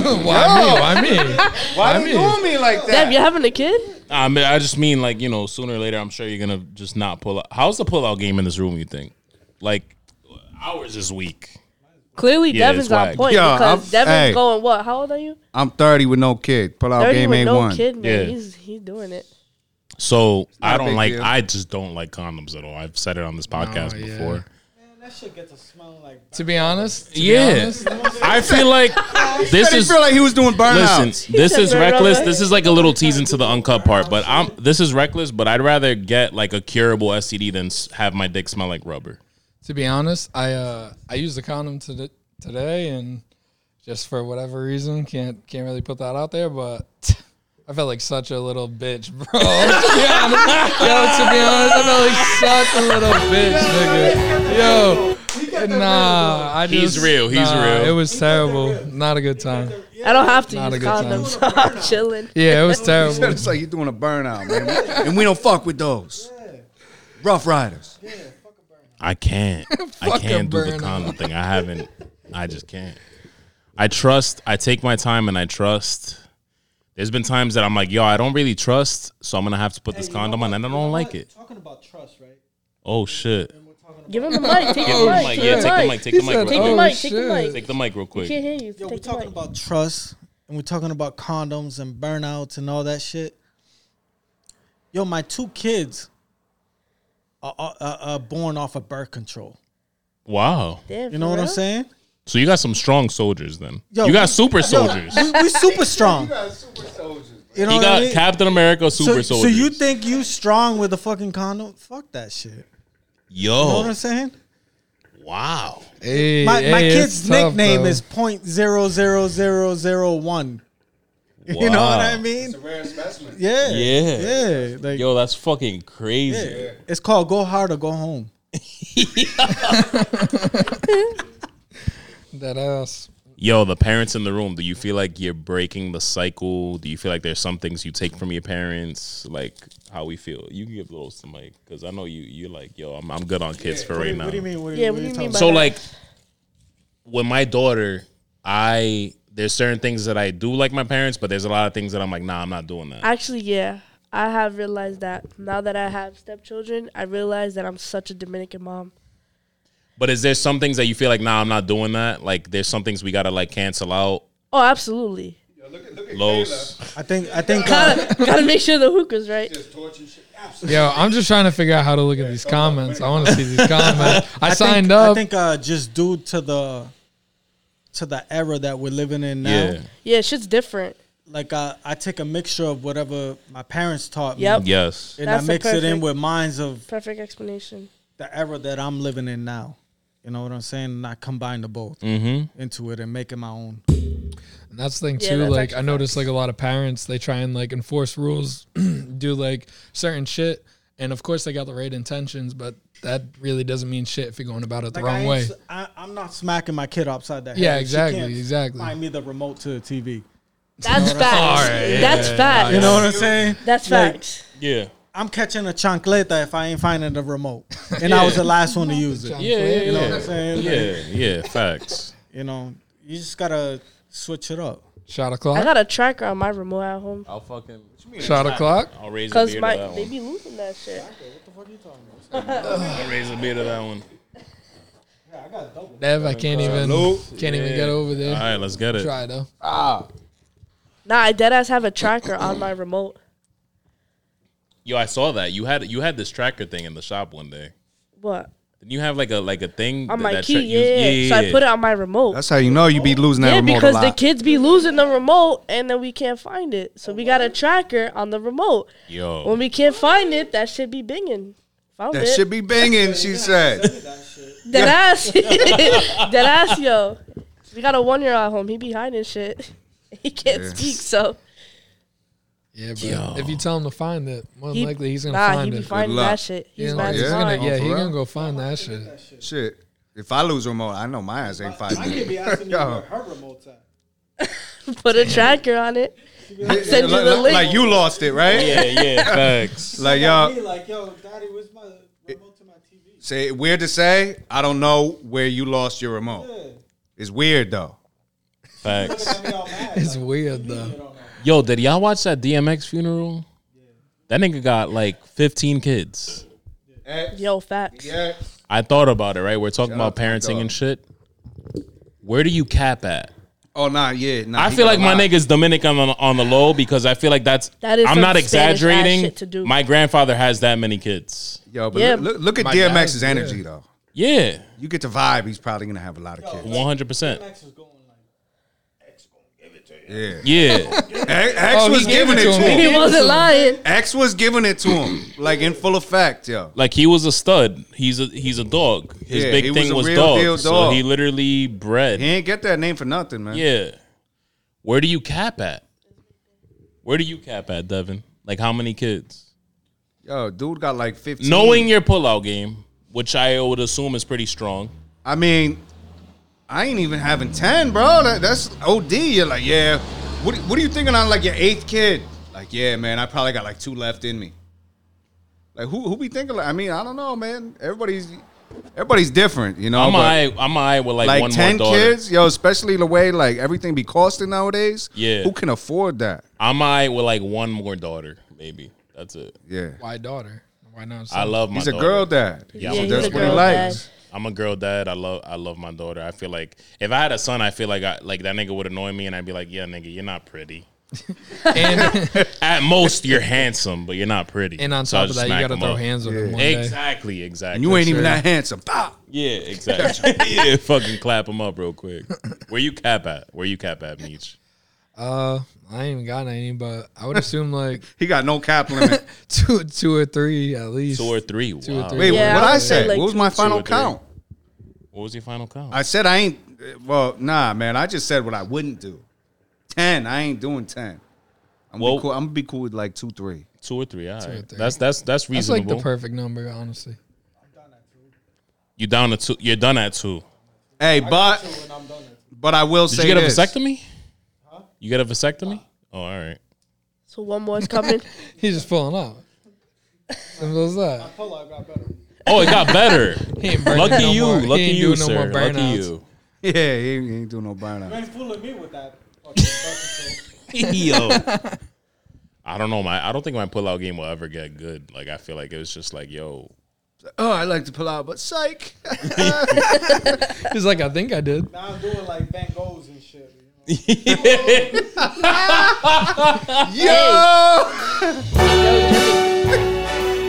Why me? Why me? Why me? me like Damn, you having a kid? I mean, I just mean like you know, sooner or later, I'm sure you're gonna just not pull out. How's the pull out game in this room? You think? Like ours is weak. Clearly, Yeah, Devin's it's on whack. point Yo, because I'm- Devin's hey. going what? How old are you? I'm 30 with no kid. Pull out Thirty game with ain't no one. kid, man. Yeah. He's he's doing it. So I a big don't like. deal. I just don't like condoms at all. I've said it on this podcast yeah. before. That shit gets a smell like. To be honest, to be Yeah, honest, I feel like this I is feel like he was doing burnout. Listen, this said is burnout. reckless. This is like a little tease into the uncut part, but I'm this is reckless. But I'd rather get like a curable STD than s- have my dick smell like rubber. to be honest, I uh I used a condom to today and just for whatever reason can't can't really put that out there, but I felt like such a little bitch, bro. to be honest, yo, to be honest, I felt like such a little bitch, nigga. Yo, nah, I He's just real, he's nah, real. It was terrible. Not a good time. I don't have to Not a use good time. condoms, so I'm chilling. Yeah, it was terrible. it's like you're doing a burnout, man. and we don't fuck with those. Rough Riders. I can't. I Fuck can't a do the burnout. condom thing. I haven't. I just can't. I trust. I take my time and I trust. There's been times that I'm like, yo, I don't really trust, so I'm gonna have to put this condom on, and I don't like it. Talking about trust, right? Oh shit! Give him the mic. Take Give him the the mic. mic. Yeah, take the mic. Take the He mic. said, Real Take the quick. mic. Take the shit. mic. Take the mic real Can't quick. hear you. Yo, we're Take the mic. talking about trust and we're talking about condoms and burnouts and all that shit. Yo, my two kids are, are, are- are born off of birth control. Wow. Damn, You know for what I'm real? saying? So you got some strong soldiers then. Yo, you got we- super soldiers. We, we super strong. You know He what got I mean? Captain America super so, so soldiers. you think you strong with a fucking condom? Fuck that shit. You know what Yo, I'm saying? wow. Hey, My, my hey, it's kid's tough, nickname though. is point zero zero zero zero one. You know what I mean? Rare specimen. Yeah. Yeah. Yeah. Like, Yo, that's fucking crazy. It's called Go Hard or Go Home. that ass. Yo, the parents in the room, do you feel like you're breaking the cycle? Do you feel like there's some things you take from your parents? Like how we feel? You can give those to Mike because I know you. You're like, yo, I'm, I'm good on kids for right now. What do you mean? What do you, Yeah, what do you mean? by so that? like with my daughter, I there's certain things that I do like my parents, but there's a lot of things that I'm like, nah, I'm not doing that. Actually, yeah. I have realized that now that I have stepchildren, I realize that I'm such a Dominican mom. But is there some things that you feel like, nah, I'm not doing that? Like there's some things we gotta like cancel out. Oh, absolutely. Los. I think I think uh, Gotta, gotta make sure the hookah's right. Yo, I'm just trying to figure out how to look at these comments. I want to see these comments. I, I signed think, up. I think uh, just due to the to the era that we're living in now, Yeah. Yeah, shit's different. like uh, I take a mixture of whatever my parents taught me, Yep. Yes. and That's I the mix it in perfect- with minds of Perfect explanation. the era that I'm living in now. You know what I'm saying? And I combine the both into it and make it my own. And that's the thing Yeah, too. that's like actually I noticed, like a lot of parents, they try and like enforce rules, do like certain shit, and of course they got the right intentions, but that really doesn't mean shit if you're going about it the Like, I wrong ain't way. s- I, am not smacking my kid upside the head. Yeah, She exactly, can't exactly. Find me the remote to the TV. That's facts. Alright, That's facts. You know what I'm saying? That's Like, facts. Yeah. I'm catching a chancleta if I ain't finding the remote, and I was the last one to use it. Yeah, yeah, You know what yeah. I'm saying? Like, Yeah, yeah, facts. you know, you just gotta switch it up. Shot I o'clock. got a tracker on my remote at home I'll fucking Shot o'clock. I'll raise a because beer my to that they one. be losing that shit. I'll raise a beer to that one. Dev, I can't even can't even get over All there. right, let's get it. Try though. Nah, I deadass have a tracker on my remote. Yo, I saw that. You had you had this tracker thing in the shop one day. What? Didn't you have like a like a thing On that- my that key, tra- you- yeah. So I put it on my remote. That's how you know you be losing that yeah, remote because a the lot. kids be losing the remote and then we can't find it. So we got a tracker on the remote. Yo. When we can't find it, that should be binging. Found that it. should be banging, she said. Dead ass. Dead ass, yo. We got a one year old at home. He be hiding shit. He can't speak, so Yeah, but Yo. if you tell him to find it, more than he, likely he's gonna nah, find he be it. finding luck. that shit. He's yeah, mad he's as gonna, hell. yeah, Oh, he for gonna real? go find that shit. Shit. If I lose a remote, I know my ass ain't fighting. I could be asking you Yo. where her remote's at. Put a tracker on it. Send you the Like, link. like you lost it, right? yeah, yeah, facts. Like Like, y'all me, like, yo, daddy, where's my remote to my TV? say weird to say, I don't know where you lost your remote. Yeah. It's weird though. Facts. Got me all mad. It's weird though. Yo, did y'all watch that DMX funeral? That nigga got like 15 kids. Yo, facts. Yeah. I thought about it, right? We're talking Shout about out to my parenting dog. and shit. Where do you cap at? Oh nah, yeah. Nah, I he feel got like a my lot. nigga's Dominican on, on the low because I feel like that's. That is I'm some not Spanish ass exaggerating. shit to do. My grandfather has that many kids. Yo, but Yeah. look, look at My DMX's guy, energy yeah. though. Yeah, You get the vibe. He's probably gonna have a lot of kids. one hundred percent. Max was going like, Yeah. Yeah, X, X Oh, he was gave giving it it to to him. him. He wasn't lying. X was giving it to him, like in full effect, yo. like he was a stud. He's a he's a dog. His Yeah, he big was thing a was, real dog. deal So dog. he literally bred. He ain't get that name for nothing, man. Yeah. Where do you cap at? Where do you cap at, Devin? Like how many kids? Yo, dude got like 15. Knowing your pullout game, which I would assume is pretty strong. I mean, I ain't even having 10, bro. That, that's OD. You're like, yeah. What, do- what are you thinking on like your eighth kid? Like, yeah, man, I probably got like two left in me. Like, who who be thinking? Like, I mean, I don't know, man. Everybody's everybody's different, you know. I'm but, I I'm I with like, like one 10 more daughter. kids, yo, especially the way like everything be costing nowadays. Yeah. Who can afford that? I'm I with like one more daughter, maybe. That's it. Yeah. Why daughter? Why not? I love my He's a daughter. girl dad. Yeah, Yeah, I'm, a he's girl a that's what he girl likes. dad. I'm a girl dad. I love I love my daughter. I feel like if I had a son, I feel like I like that nigga would annoy me and I'd be like, Yeah, nigga, you're not pretty. and, At most you're handsome, but you're not pretty. and on So I top of just that, you smack gotta him throw up. hands on him one day. Exactly, exactly. And you ain't even that handsome. Bah! Yeah, exactly. yeah, fucking clap him up real quick. Where you cap at? Where you cap at, Meech? Uh, I ain't even got any, but I would assume like He got no cap limit. two, two or three at least. Two or three. Wow. or three. Wait, Yeah, what I I, would say, said? like, what was my or final three. count? What was your final count? I said I ain't. Well, nah, man. I just said what I wouldn't do. Ten. I ain't doing ten. I'm gonna Well- be cool. I'm gonna be cool with like two, three. two or three. All right. three. That's that's that's That's like reasonable. the perfect number, honestly. you down to two. You're done at two. Hey, but so when I'm done, it's but I will Did say you get this. a vasectomy? You get a vasectomy? Oh, all right. So one more is coming. He's just pulling out. Simple as that. pullout got better. Oh, it got better. He ain't burning lucky no you, more- he lucky ain't you, doing no sir. more lucky burnouts. you. Yeah, he ain't, he ain't doing no burnout. You ain't fooling me with that. fucking bucket, so Yo. I don't know. My I don't think my pullout game will ever get good. Like I feel like it was just like, yo, Oh, I like to pull out, but psych. He's like, I think I did. Now I'm doing like Van Goghs and shit. You know? Yo,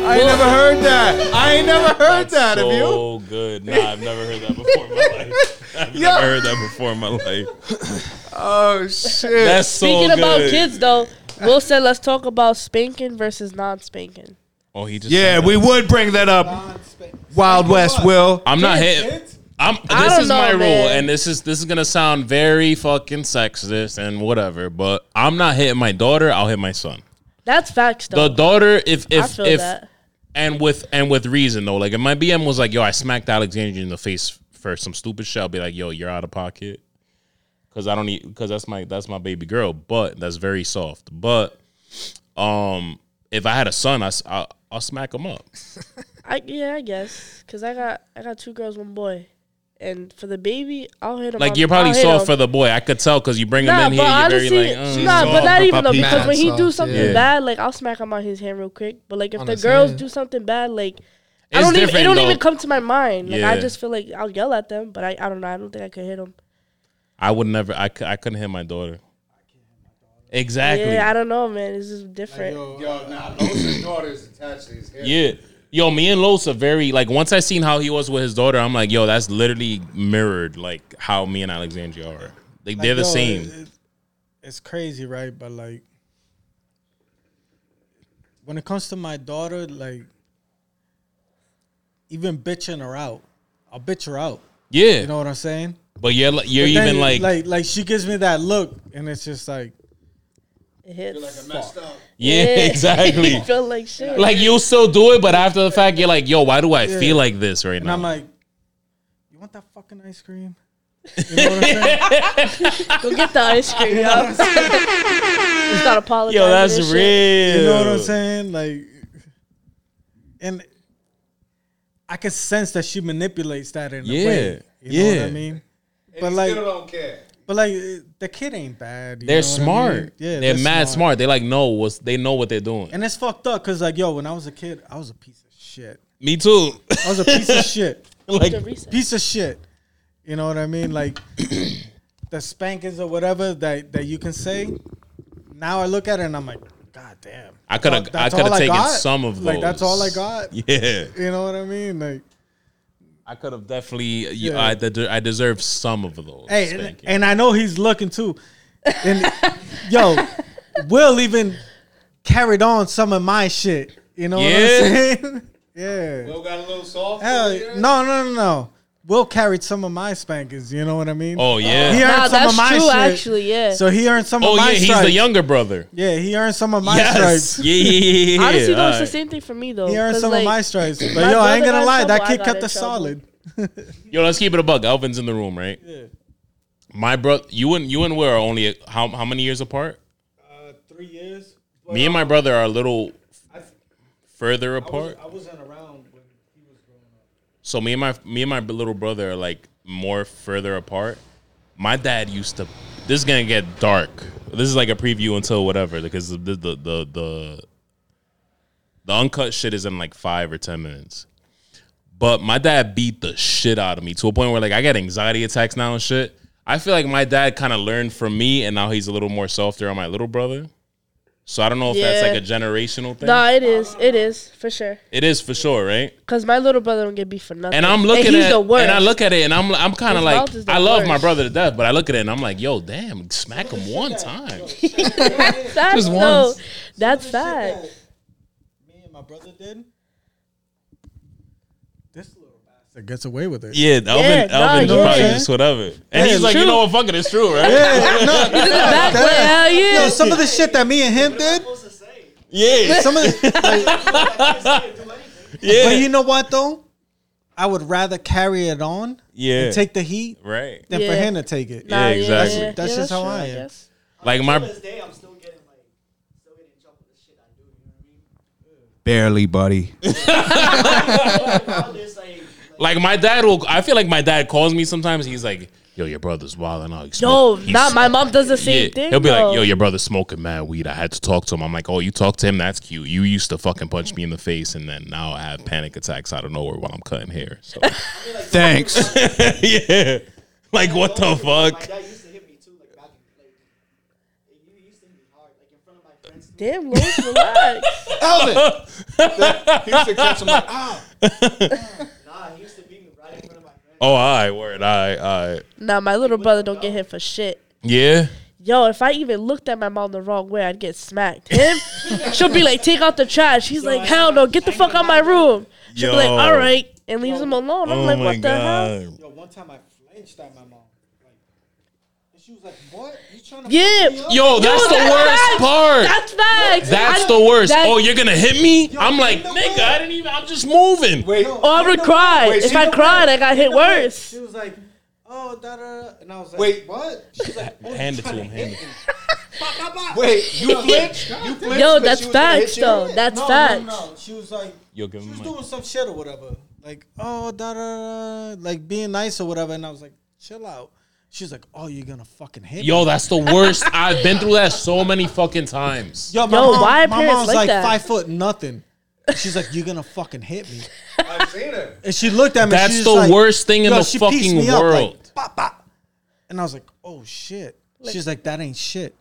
I ain't never heard that. I ain't never heard that so of you. good. Nah, I've never heard that before in my life. I've Yo. never heard that before in my life. Oh shit. That's so Speaking good. about kids, though, Will said, let's talk about spanking versus non spanking. Oh, he just yeah, said we that. would bring that up. Don Sp- Wild West, Will. I'm not Kids, hit. kids? I'm. This I don't is my know, rule, man. and this is this is gonna sound very fucking sexist and whatever. But I'm not hitting my daughter. I'll hit my son. That's facts, The though. daughter, if I if feel if, that. and with and with reason though. Like if my BM was like, "Yo, I smacked Alexandria in the face for some stupid shit," I'll be like, "Yo, you're out of pocket," because I don't need because that's my that's my baby girl. But that's very soft. But um, if I had a son, I s- I will smack him up. I, yeah, I guess. Because I got, I got two girls, one boy. And for the baby, I'll hit him. Like on- you're probably I'll hit soft him. for the boy. I could tell because you bring him Nah, in but here, you're honestly, very like, "Uh, nah, but soft not for even though. puppy." Because Mad when he do soft, something yeah. bad, like I'll smack him on his hand real quick. But like if On the his girls hand. do something bad, like It's I don't even it different, don't though. even come to my mind. Like Yeah. I just feel like I'll yell at them, but I, I don't know. I don't think I could hit them. I would never. I, cou- I couldn't hit my daughter. Exactly. Yeah, Yeah. I don't know, man. It's just different. Yo, nah, those daughters attached to his hair. Yo, me and Los are very like. Once I seen how he was with his daughter, I'm like, yo, that's literally mirrored like how me and Alexandria are. Like they're the Yo, same. it- it- it's crazy, right? But like, when it comes to my daughter, like, even bitching her out, I'll bitch her out. yeah, You know what I'm saying? but you're li- you're But then, even like, like, like she gives me that look, and it's just like, It hits. yeah, you exactly. feel like shit. like you'll still do it, but after the fact, you're like, yo, why do I feel like this right and now? I'm like, you want that fucking ice cream? You know what I'm saying? Go get the ice cream. yo. Start apologizing. yo, that's and real. shit. You know what I'm saying? Like, and I can sense that she manipulates that in a way. Yeah, You know what I yeah. mean? But like, don't care. but like, uh, the kid ain't bad. you They're know what I mean? smart. Yeah, they're mad smart. They like know what's they know what they're doing. And it's fucked up because like, yo, when I was a kid, I was a piece of shit. me too. I was a piece of shit. like The reset. Piece of shit. You know what I mean? Like, the spankings or whatever that that you can say. Now I look at it and I'm like, god damn. I could have That's all- I could that's all have taken got. some of Like that's all I those. got. Yeah. You know what I mean? Like I could have definitely. You, I, de- I deserve some of those. Hey, and, spanking. and I know he's looking too. And yo, Will even carried on some of my shit. You know what I'm Yeah. saying? yeah. Will got a little soft. Hell, no, no, no, no. Will carried some of my spankings. You know what I mean? oh He yeah. earned Nah, some that's of my true, shit. actually, yeah. So he earned some Oh of my yeah. He's stripes. the younger brother. yeah, he earned some of my yes. stripes. Yeah, yeah, yeah, yeah. Honestly, though, it's All the right. same thing for me though. He earned 'cause, some of like, my stripes. But my yo, I ain't brother gonna got lie, in that trouble, I kid got kept in the trouble. solid. Yo, let's keep it a buck. Alvin's in the room, right? Yeah. My brother, you and you and we are only how how many years apart? Uh, three years. Me and my brother are a little I, further apart. wasn't around when he was growing up. So me and my me and my little brother are like more further apart. My dad used to. This is gonna get dark. This is like a preview until whatever because the the the the the, the uncut shit is in like five or ten minutes. But my dad beat the shit out of me to a point where like I get anxiety attacks now and shit. I feel like my dad kind of learned from me, and now he's a little more softer on my little brother. So I don't know if that's Yeah. like a generational thing. Nah, it is. It is for sure. It is for sure, right? Cause my little brother don't get beef for nothing. And I'm looking he's at the worst. and I look at it and I'm I'm kind of His like mouth is the I love my worst. brother to death, but I look at it and I'm like, yo, damn, smack him one time. That's facts, Just though. once. That's Some of facts. the shit that Me and my brother did. This little bastard gets away with it. Yeah, Elvin, nah, Elvin yeah. probably just whatever. And he's it's like, you true. know what, fuck it, it's true, right? Back way, hell yeah. Yo, some of the shit that me and him did. Yeah, Some of the, yeah, but you know what though? I would rather carry it on yeah, and take the heat right. than for Yeah. him to take it. Nah, Yeah, exactly. That's- that's just how I am. guess. Like my day, I'm still getting like, still getting in trouble with the shit I do. You know what I mean? Barely, buddy. All this like, like my dad will. I feel like my dad calls me sometimes. He's like, yo, your brother's wilding out. He's No, smoking- he's- not my mom does the same Yeah. thing. He'll be though. like, yo, your brother's smoking mad weed. I had to talk to him. I'm like, oh, you talked to him? That's cute. You used to fucking punch me in the face, and then now I have panic attacks out of nowhere while I'm cutting hair. So. Thanks. yeah. Like what the my fuck? dad used to hit me too, like back in like, you used to hit me hard, like in front of my friends. Too. Damn, Lord, relax. Alvin. he used to catch him like, ah. Nah, he used to beat me right in front of my friends. Oh, I word, I, I. nah, my little brother don't get hit for shit. Yeah. Yo, if I even looked at my mom the wrong way, I'd get smacked. Him, she'll be like, "Take out the trash." He's like, "Hell no, get the fuck out my room." She'll be Yo. Oh like, "All right," and leaves him alone. I'm like, "What the hell?" Yo, one time I flinched at my mom. Like, and she was like, "What? You trying to?" Yeah, Yo, that's the that's worst facts. part. that's facts. That's I- the worst. that- oh, you're gonna hit me? I'm like, no nigga, way. I didn't even. I'm just moving. Wait. Or Oh, I would cry. Wait, if she I don't cried, I got hit She worse. was like, "Oh, da da,", da," and I was like, Wait. what?" She's like, "Oh, you Hand it to tryna him, hit hand it me." Wait, you flinched? You flinched Yo, 'cause that's she was gonna hit facts you? though. That's no, facts. No, no, She was like, Yo, give she him was a mic. doing some shit or whatever, like, "Oh, da da,", da," like being nice or whatever, and I was like, "Chill out." She's like, "Oh, you're gonna fucking hit me." Yo, that's the worst. I've been through that so many fucking times. Yo, my Yo, mom, why are my parents mom's like like, that? five foot nothing. She's like, "You're gonna fucking hit me," I've seen her. and she looked at me. That's she's the like, worst thing in Yo, the she pieced fucking me up, like, world. "Pop, pop." And I was like, oh shit. She's like, that ain't shit.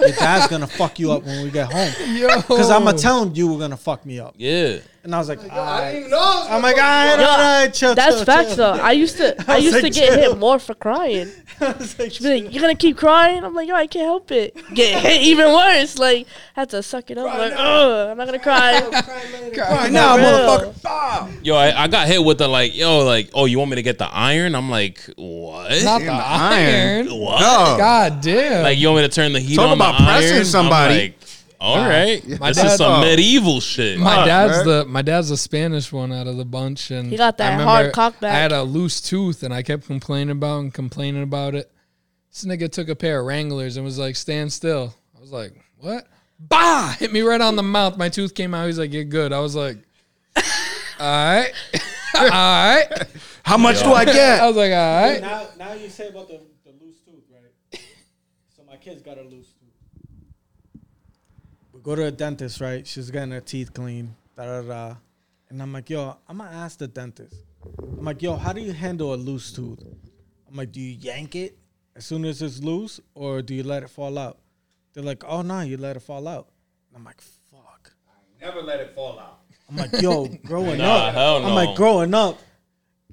Your dad's gonna fuck you up when we get home. Because I'm gonna tell him you were gonna fuck me up. yeah. And I was like, I alright. didn't know. I'm like, alright, alright, chill, That's chill, facts chill. though. I used to I was used to like, get chill. hit more for crying. I was like, Be like, you're gonna keep crying? I'm like, yo, I can't help it. Get hit even worse. Like, had to suck it up. like, oh, I'm not gonna cry. Right now, Bro. motherfucker. Bow. Yo, I, I got hit with the like, yo, like, oh, you want me to get the iron? I'm like, what? Not Damn, the the iron. iron. what? Oh. God damn. Like you want me to turn the heat Talk on about the pressing iron? I'm somebody. like, all right, Yeah. this My is dad- some Oh. medieval shit. My Huh. dad's right? the my dad's the Spanish one out of the bunch, and He got I that remember hard cock back. I had a loose tooth, and I kept complaining about and complaining about it. This nigga took a pair of Wranglers and was like, "Stand still." I was like, "What?" Bah! Hit me right on the mouth. My tooth came out. He's like, "You're good." I was like, "All right, all right." How much do I I get? was like, "All right." now, now you say about the, the loose tooth, right? So my kids got a loose tooth. We go to a dentist, right? She's getting her teeth cleaned, da da da. And I'm like, yo, I'm gonna ask the dentist. I'm like, yo, how do you handle a loose tooth? I'm like, do you yank it as soon as it's loose, or do you let it fall out? They're like, oh no, you let it fall out. And I'm like, fuck. Never let it fall out. I'm like, yo, growing Nah, up. hell no. I'm like, growing up,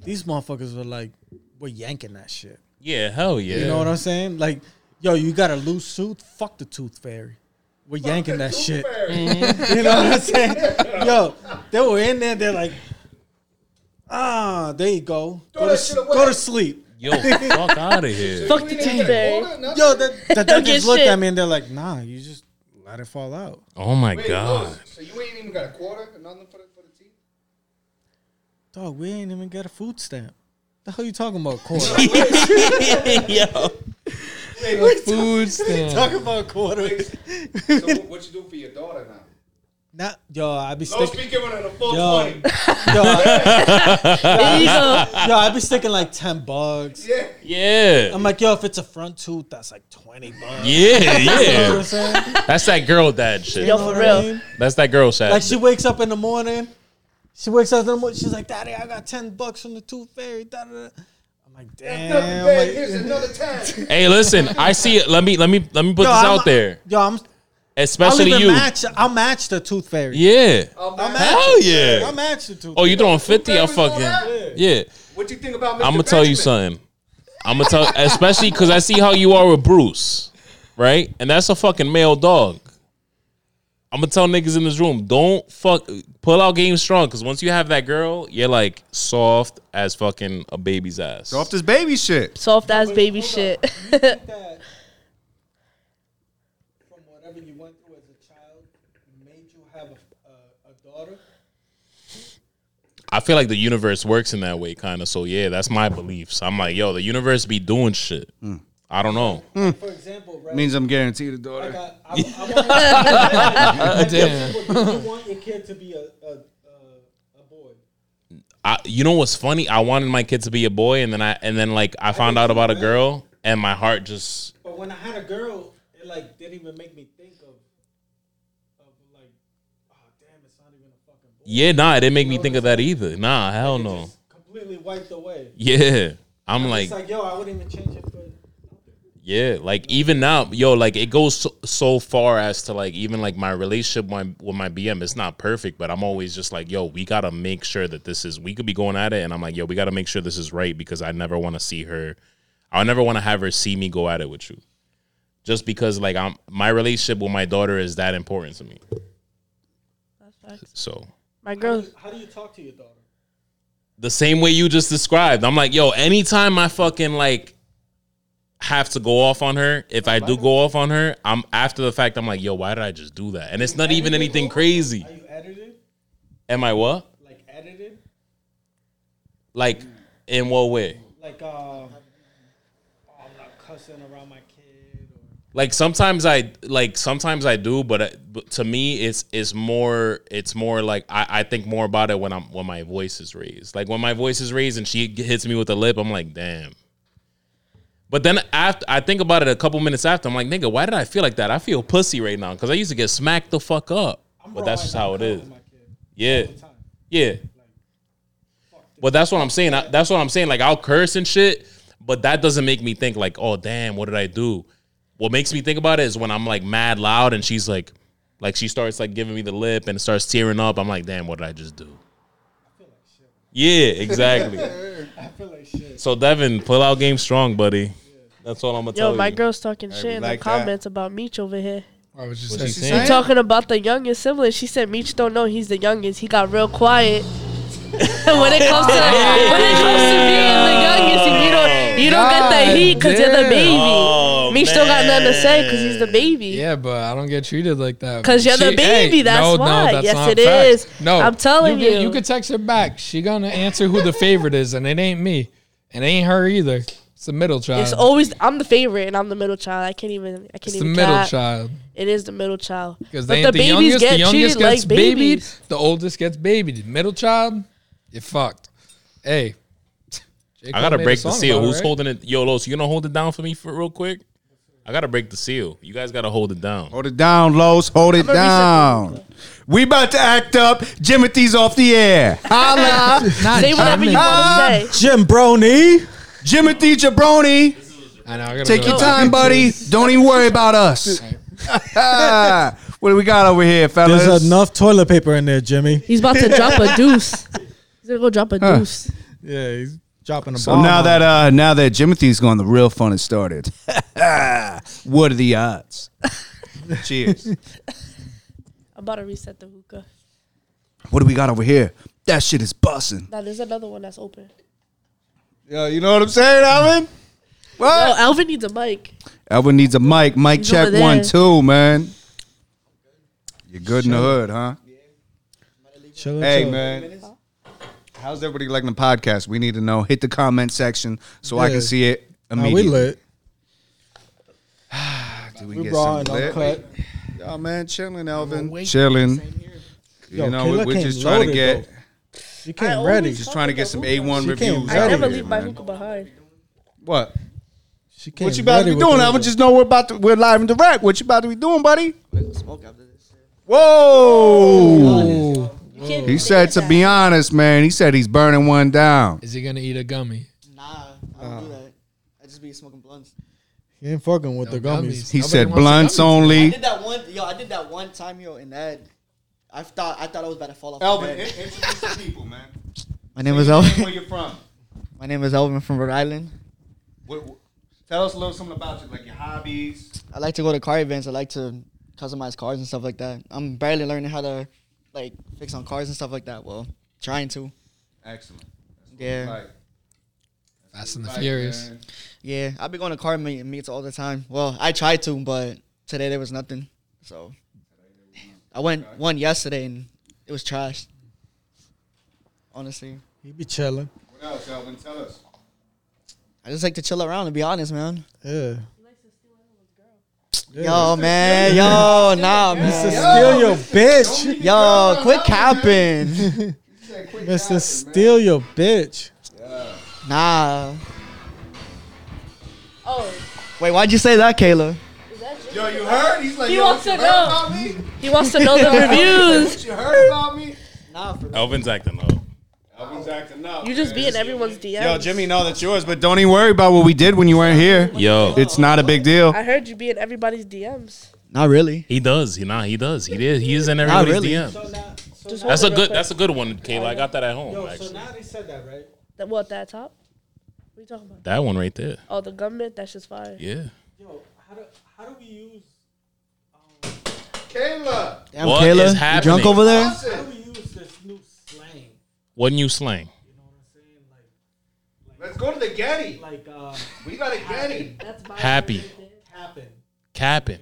These motherfuckers were like, we're yanking that shit. Yeah, hell yeah. You know what I'm saying? Like, yo, you got a loose tooth? Fuck the tooth fairy. We're yanking that shit. you know what I'm saying? Yo, they were in there. They're like, ah, there you go. Go to, that s- shit go to sleep. Yo, fuck out of here. Fuck the tooth fairy. Yo, that, that, Don't that get just looked shit. at me and they're like, nah, you just let it fall out. Oh my god. So you ain't even got a quarter or nothing for the, for the teeth? Dog, we ain't even got a food stamp. The hell you talking about, quarter? Yo. Food stamp. talking about quarters. So what, what you do for your daughter now? Not, yo, I be sticking. speaking on a full Yo, yo, I, There you go. yo, I be sticking like 10 bucks. Yeah. I'm like, yo, if it's a front tooth, that's like 20 bucks. Yeah, You know what I'm yeah. saying? That's that girl dad shit. Yo, You know for what I real. mean? That's that girl dad. Like she wakes up in the morning. She wakes up in the morning. She's like, Daddy, I got ten bucks from the tooth fairy. Da, da, da. I'm like, damn. I'm like, Here's another time. hey, listen, I see it. Let me let me let me put yo, this I'm- out there. Yo, I'm. I'll Especially even you. match. I'll match the tooth fairy. Yeah. I'll match. Hell it. yeah. I'll match the tooth. Oh, you throwing 50? I'll was all fucking. that? Yeah. What you think about Mr. I'm gonna tell you something. I'm gonna tell, especially because I see how you are with Bruce, right? And that's a fucking male dog. I'm gonna tell niggas in this room, don't fuck, pull out game strong, because once you have that girl, you're like soft as fucking a baby's ass. Off this baby shit. Soft ass baby shit. that from whatever you went through as a child made you have a, a, a daughter? I feel like the universe works in that way, kind of. So yeah, that's my beliefs. I'm like, yo, the universe be doing shit. I don't know. For example, right? Means I'm guaranteed a I daughter. got. I, I want, Damn. you want your kid to be a, a, a, a boy. I, you know what's funny? I wanted my kid to be a boy, and then I, and then like I found out about a girl, and my heart just But when I had a girl, it like didn't even make me think of, of like, oh damn, it's not even a fucking boy. Yeah, nah, it didn't make me think of that either. Nah, hell It no. just completely wiped away. Yeah. I'm Oh. like, it's like yo, I wouldn't even change it for. yeah, like even now, yo, like it goes so, so far as to like even like my relationship with my, with my BM, it's not perfect, but I'm always just like, yo, we gotta make sure that this is, we could be going at it. And I'm like, yo, we gotta make sure this is right because I never wanna see her, I never wanna have her see me go at it with you. Just because like I'm, my relationship with my daughter is that important to me. So My girl. Oh, How do you talk to your daughter? the same way you just described. I'm like, yo, anytime I fucking like have to go off on her, if I do go off on her, I'm after the fact, I'm like, yo, why did I just do that? And it's not even anything crazy. Are you edited? Am I what? Like edited? Like, in what way? Like um, oh, I'm not cussing around my kid. Or, Like sometimes I like sometimes I do, but, I, but to me it's it's more it's more like I, I think more about it when I'm when my voice is raised. Like when my voice is raised and she hits me with a lip, I'm like, damn. But then after I think about it a couple minutes after, I'm like, nigga, why did I feel like that? I feel pussy right now because I used to get smacked the fuck up. I'm but that's raw just and I how it cuddle is. with My kid Yeah, all the time. yeah. But that's what I'm saying. I, that's what I'm saying. Like I'll curse and shit, but that doesn't make me think like, oh damn, what did I do? What makes me think about it is when I'm like mad loud and she's like, like she starts like giving me the lip and starts tearing up. I'm like, damn, what did I just do? Yeah, exactly. I feel like shit. so Devin, pull out game strong, buddy. That's all I'm gonna tell Yo, my you. girl's talking shit in the like that. comments about Meech over here. I was just What's she saying. saying? Talking about the youngest sibling, she said Meech don't know he's the youngest. He got real quiet. when it comes to when it comes to being the youngest, and you don't you don't get the God heat because you're the damn. baby. Oh, Meech don't got nothing to say because he's the man. baby. Yeah, but I don't get treated like that. 'Cause you're the baby, that's why. Yes, not it fact. is. No, I'm telling can- you. you can text her back. She gonna answer who the favorite is, and it ain't me, and it ain't her either. It's the middle child. It's always I'm the favorite and I'm the middle child. I can't even I can't It's the even middle cap. child It is the middle child. because But they ain't the, youngest. the youngest gets babied. The oldest gets babied. Middle child, you're fucked. Hey, J. I gotta Cole made a break the song seal. about it, Who's right? holding it? Yo, Los, you gonna hold it down for me for real quick? I gotta break the seal. You guys gotta hold it down. Hold it down, Los. Hold it down. We about to act up. Jimothy's off the air. Holla. Not Say whatever you Jimmy. want to say. Jim Brony. Jimothy Jabroni. I know, I gotta Take go your to the time, buddy. Don't even worry about us. what do we got over here, fellas? There's enough toilet paper in there, Jimmy. He's about to drop a deuce. He's gonna go drop a deuce. Yeah, he's dropping a So bomb. now on that uh, now that Jimothy's gone, the real fun has started. what are the odds? Cheers. I'm about to reset the hookah. What do we got over here? That shit is bussin'. Now there's another one that's open. Yo, you know what I'm saying, Alvin? Oh, What? Alvin needs a mic. Alvin needs a mic. Mic He's check over one, there. two, man. You're good in the hood, huh? Chill, Hey, chill. man. How's everybody liking the podcast? We need to know. Hit the comment section so I Yeah. can see it Nah, immediately. we lit. Do we We get raw and some lit? uncut. Oh man, chilling, Elvin. Chilling. Yo, You know, Kayla we- we're came just trying to loaded, get You I came always ready. fuck just trying to with get the some hookah. A1 She came reviews ready. I out never of leave here, my man. hookah behind. What? She came What you about to ready be with doing? the- I was just know we're about to we're live and direct. What you about to be doing, buddy? We're gonna smoke after this. Whoa. You can't He do said to that. be honest, man, he said he's burning one down. Is he gonna eat a gummy? Nah, I don't do that. I just be smoking blunts. You ain't fucking with the No gummies. gummies. He Nobody said wants the blunts gummies. I only. did that one, yo. I did that one time, yo, and that I thought I thought I was about to fall off. the bed. introduce the people, man. my name is Elvin. you from? My name is Elvin from Rhode Island. tell us a little something about you, like your hobbies. I like to go to car events. I like to customize cars and stuff like that. I'm barely learning how to like fix on cars and stuff like that. Well, trying to. Excellent. Yeah, Fast and the Furious. yeah. I've been going to car meet- meets all the time. Well, I try to, but today there was nothing. So I went one yesterday and it was trash. Honestly, He be chilling. What else, Elvin? Tell us. I just like to chill around. To be honest, man. Yeah. Yo, man. Yo, nah, To man. steal your bitch. Yo, quit capping. Mr. Steal your bitch. Nah. Oh, Wait, why'd you say that, Kayla? is that Jim? Yo, you heard? He's like, He yo, wants what to you heard know. about me? He wants to know the reviews. What you heard about me? Nah, for Elvin's acting up. Elvin's acting up. You just be in everyone's DMs. Yo, Jimmy, no, that's yours, but don't even worry about what we did when you weren't here. Yo, It's not a big deal. I heard you be in everybody's DMs. Not really. he does. He nah, he does. He did. He is in everybody's really. DM. Just That's a hold it real good. quick. That's a good one, Kayla. I got that at home. so actually, now they said that, right? That- what that top? What are you talking about? that one right there. Oh, the government. That's just fire. Yeah. Yo, how do, how do we use Kayla, Damn, What Kayla, is you happening? drunk over there? how do we use this new slang? What new slang? You know what I'm saying? Like let's go to the Getty. like uh We got a Getty. That's fire. Happy. happen. Capping.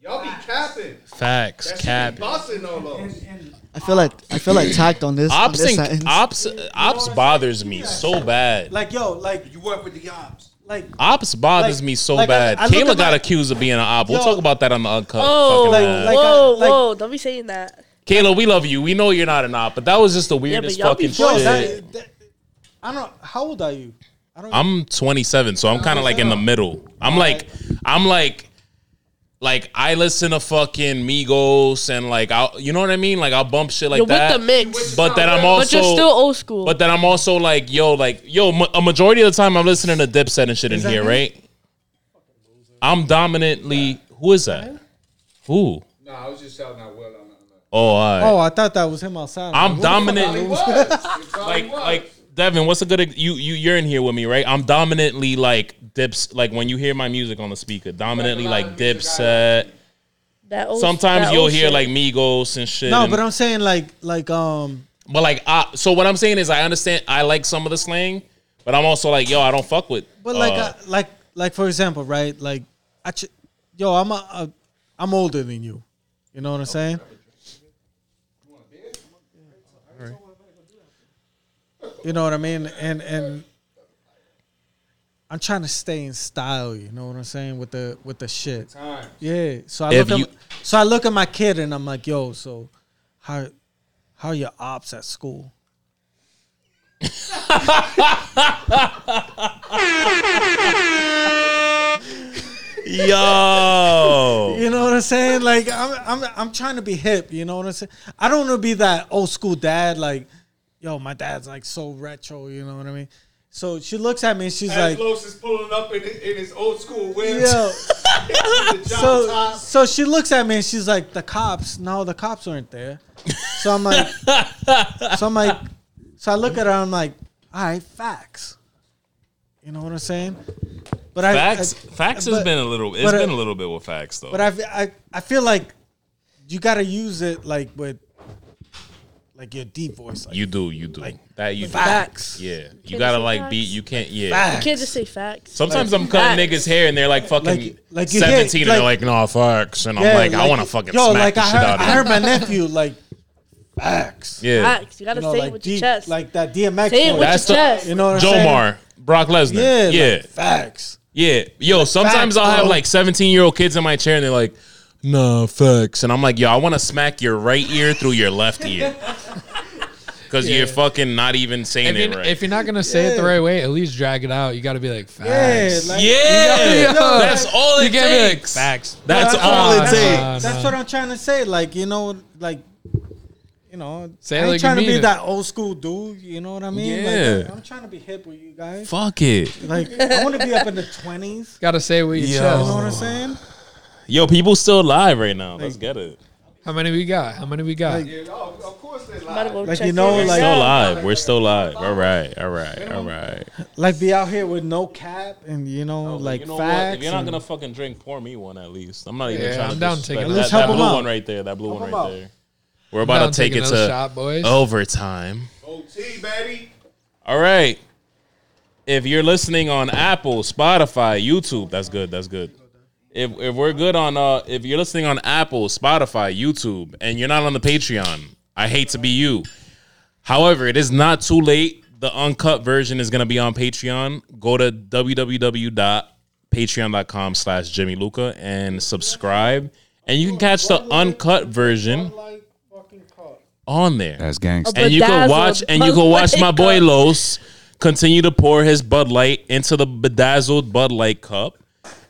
Y'all be capping. Facts. Capping. Busting almost. And I feel like I feel like tacked on this. on Ops this and sentence. ops ops bothers me so bad. like yo, like You work with the ops. like Ops bothers Like- me so like, I- bad. I look Kayla at got my- accused of being an op. We'll Yo. talk about that on the uncut. Oh, fucking ad. like, whoa, I- like- whoa! Don't be saying that. Kayla, we love you. We know you're not an op, but that was just the weirdest y'all be fucking yo, shit. fucked that, that, I don't how old are you? I don't I'm 27, so I'm kind of like in the middle. I'm like, I'm like, like I listen to fucking Migos and like, I, will you know what I mean? Like I'll bump shit like You're that. with the mix, but then I'm but also, you're still old school. but then I'm also like, yo, like, yo, ma- a majority of the time I'm listening to Dipset and shit in that here, him? right? I'm dominantly. Who is that? Who? No, I was just shouting out Will on that. Oh, all right. Oh, I thought that was him outside. I'm dominantly. Like, like like Devin, what's a good ex- you you you're in here with me, right? I'm dominantly like dips like when you hear my music on the speaker, dominantly like, Like a lot of music I Dipset. that old, Sometimes that you'll old hear shit. like Migos and shit. No, and- but I'm saying like like um but like I, so what I'm saying is I understand I like some of the slang, but I'm also like yo I don't fuck with. but like uh, I, like like for example, right? Like I ch- yo, I'm a, a I'm older than you. You know what I'm saying? You know what I mean? And and I'm trying to stay in style, you know what I'm saying, with the with the shit. Yeah. So I If look you- at my, so I look at my kid and I'm like, yo, so how how are your ops at school? yo You know what I'm saying? Like I'm I'm I'm trying to be hip, you know what I'm saying? I don't want to be that old school dad like, yo, my dad's like so retro, you know what I mean? So she looks at me and she's like, Los is pulling up in, in his old school whip. yo. the job So top. so she looks at me and she's like, the cops? No, the cops aren't there. So I'm like, so I'm like, so I look at her. I'm like, all right, facts. You know what I'm saying? But Facts, facts has but- been a little. It's but, uh, been a little bit with facts though. But I, I, I feel like you gotta use it like with like your deep voice. Like you do, you do that. You do. facts. Yeah, you you gotta say like facts? be. You can't. Yeah. Facts. Can't just say facts. Sometimes I'm cutting niggas hair and they're like fucking Like- like you hit- seventeen and they're like- like, "No facts," and I'm Yeah, like, "I want to fucking yo, smack like the I shit heard, out I of heard you." my nephew like facts. Yeah, Facts. You gotta You know, say it like with deep, your chest. like that DMX. Say it with voice. That's your the- chest. you know what I'm saying? Jomar, Brock Lesnar. Yeah, Yeah, like, yeah, facts. yeah. Yo, sometimes facts, I'll have bro. like seventeen year old kids in my chair and they're like, "Nah facts," and I'm like, "Yo, I want to smack your right ear through your left ear." Because you're fucking not even saying If it you're, right. if you're not gonna say it the right way, at least drag it out. You gotta be like Yeah, facts. like, yeah, Yo, that's all you it gotta be like takes. facts. That's That's all what- it takes. Uh, that's no. what I'm trying to say. Like you know, like you know, Say it I ain't like you trying to mean be it. that old school dude. You know what I mean? Yeah. Like, I'm trying to be hip with you guys. Fuck it. Like I want to be up in the twenties. Gotta say what Yo. you You know chest. what I'm saying? Yo, people still live right now. Let's get it. How many we got? How many we got? of course they I'm about to go Like, check you know, it right like- now. Still live. We're still live. All right. All right. All right. Like be out here with no cap and you know, like you know facts. What? If you're not and- gonna fucking drink, pour me one at least. I'm not even Yeah, trying I'm to down disrespect- taking- that, Let's that help 'em blue out. one right there. That blue one 'em right out. there. We're about to take it to Oh. shot, boys. overtime. OT, baby. All right. If you're listening on Apple, Spotify, YouTube, that's good. That's good. If, if we're good on uh if you're listening on Apple, Spotify, YouTube, and you're not on the Patreon, I hate to be you. However, it is not too late. The uncut version is gonna be on Patreon. Go to www.patreon.com slash Jimmy Luca and subscribe. And you can catch the uncut version on there That's gangster. But and you can that's watch what and you can Bud watch Light my boy cup- Los continue to pour his Bud Light into the bedazzled Bud Light cup,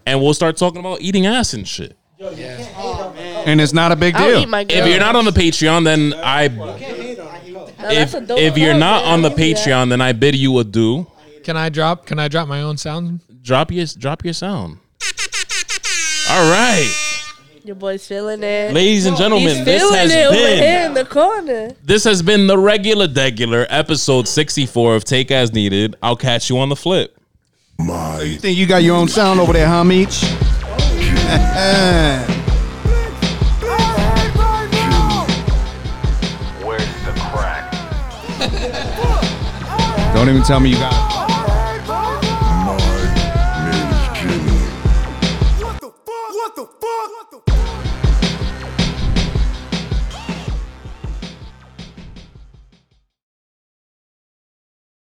and we'll start talking about eating ass and shit. And it's not a big I'll eat deal. my girl. If you're not on the Patreon, then I Now, if, that's a dope if you're club, not man. on the I can do that. Patreon, then I bid you adieu. Can I drop? Can I drop my own sound? Drop your drop your sound. All right, your boy's feeling it. ladies and He's gentlemen, this feeling has it over been here in the corner. this has been the regular degular episode 64 of Take As Needed. I'll catch you on the flip. My Think you got your own sound over there, huh, Meech? Where's the crack? Don't even tell me you got.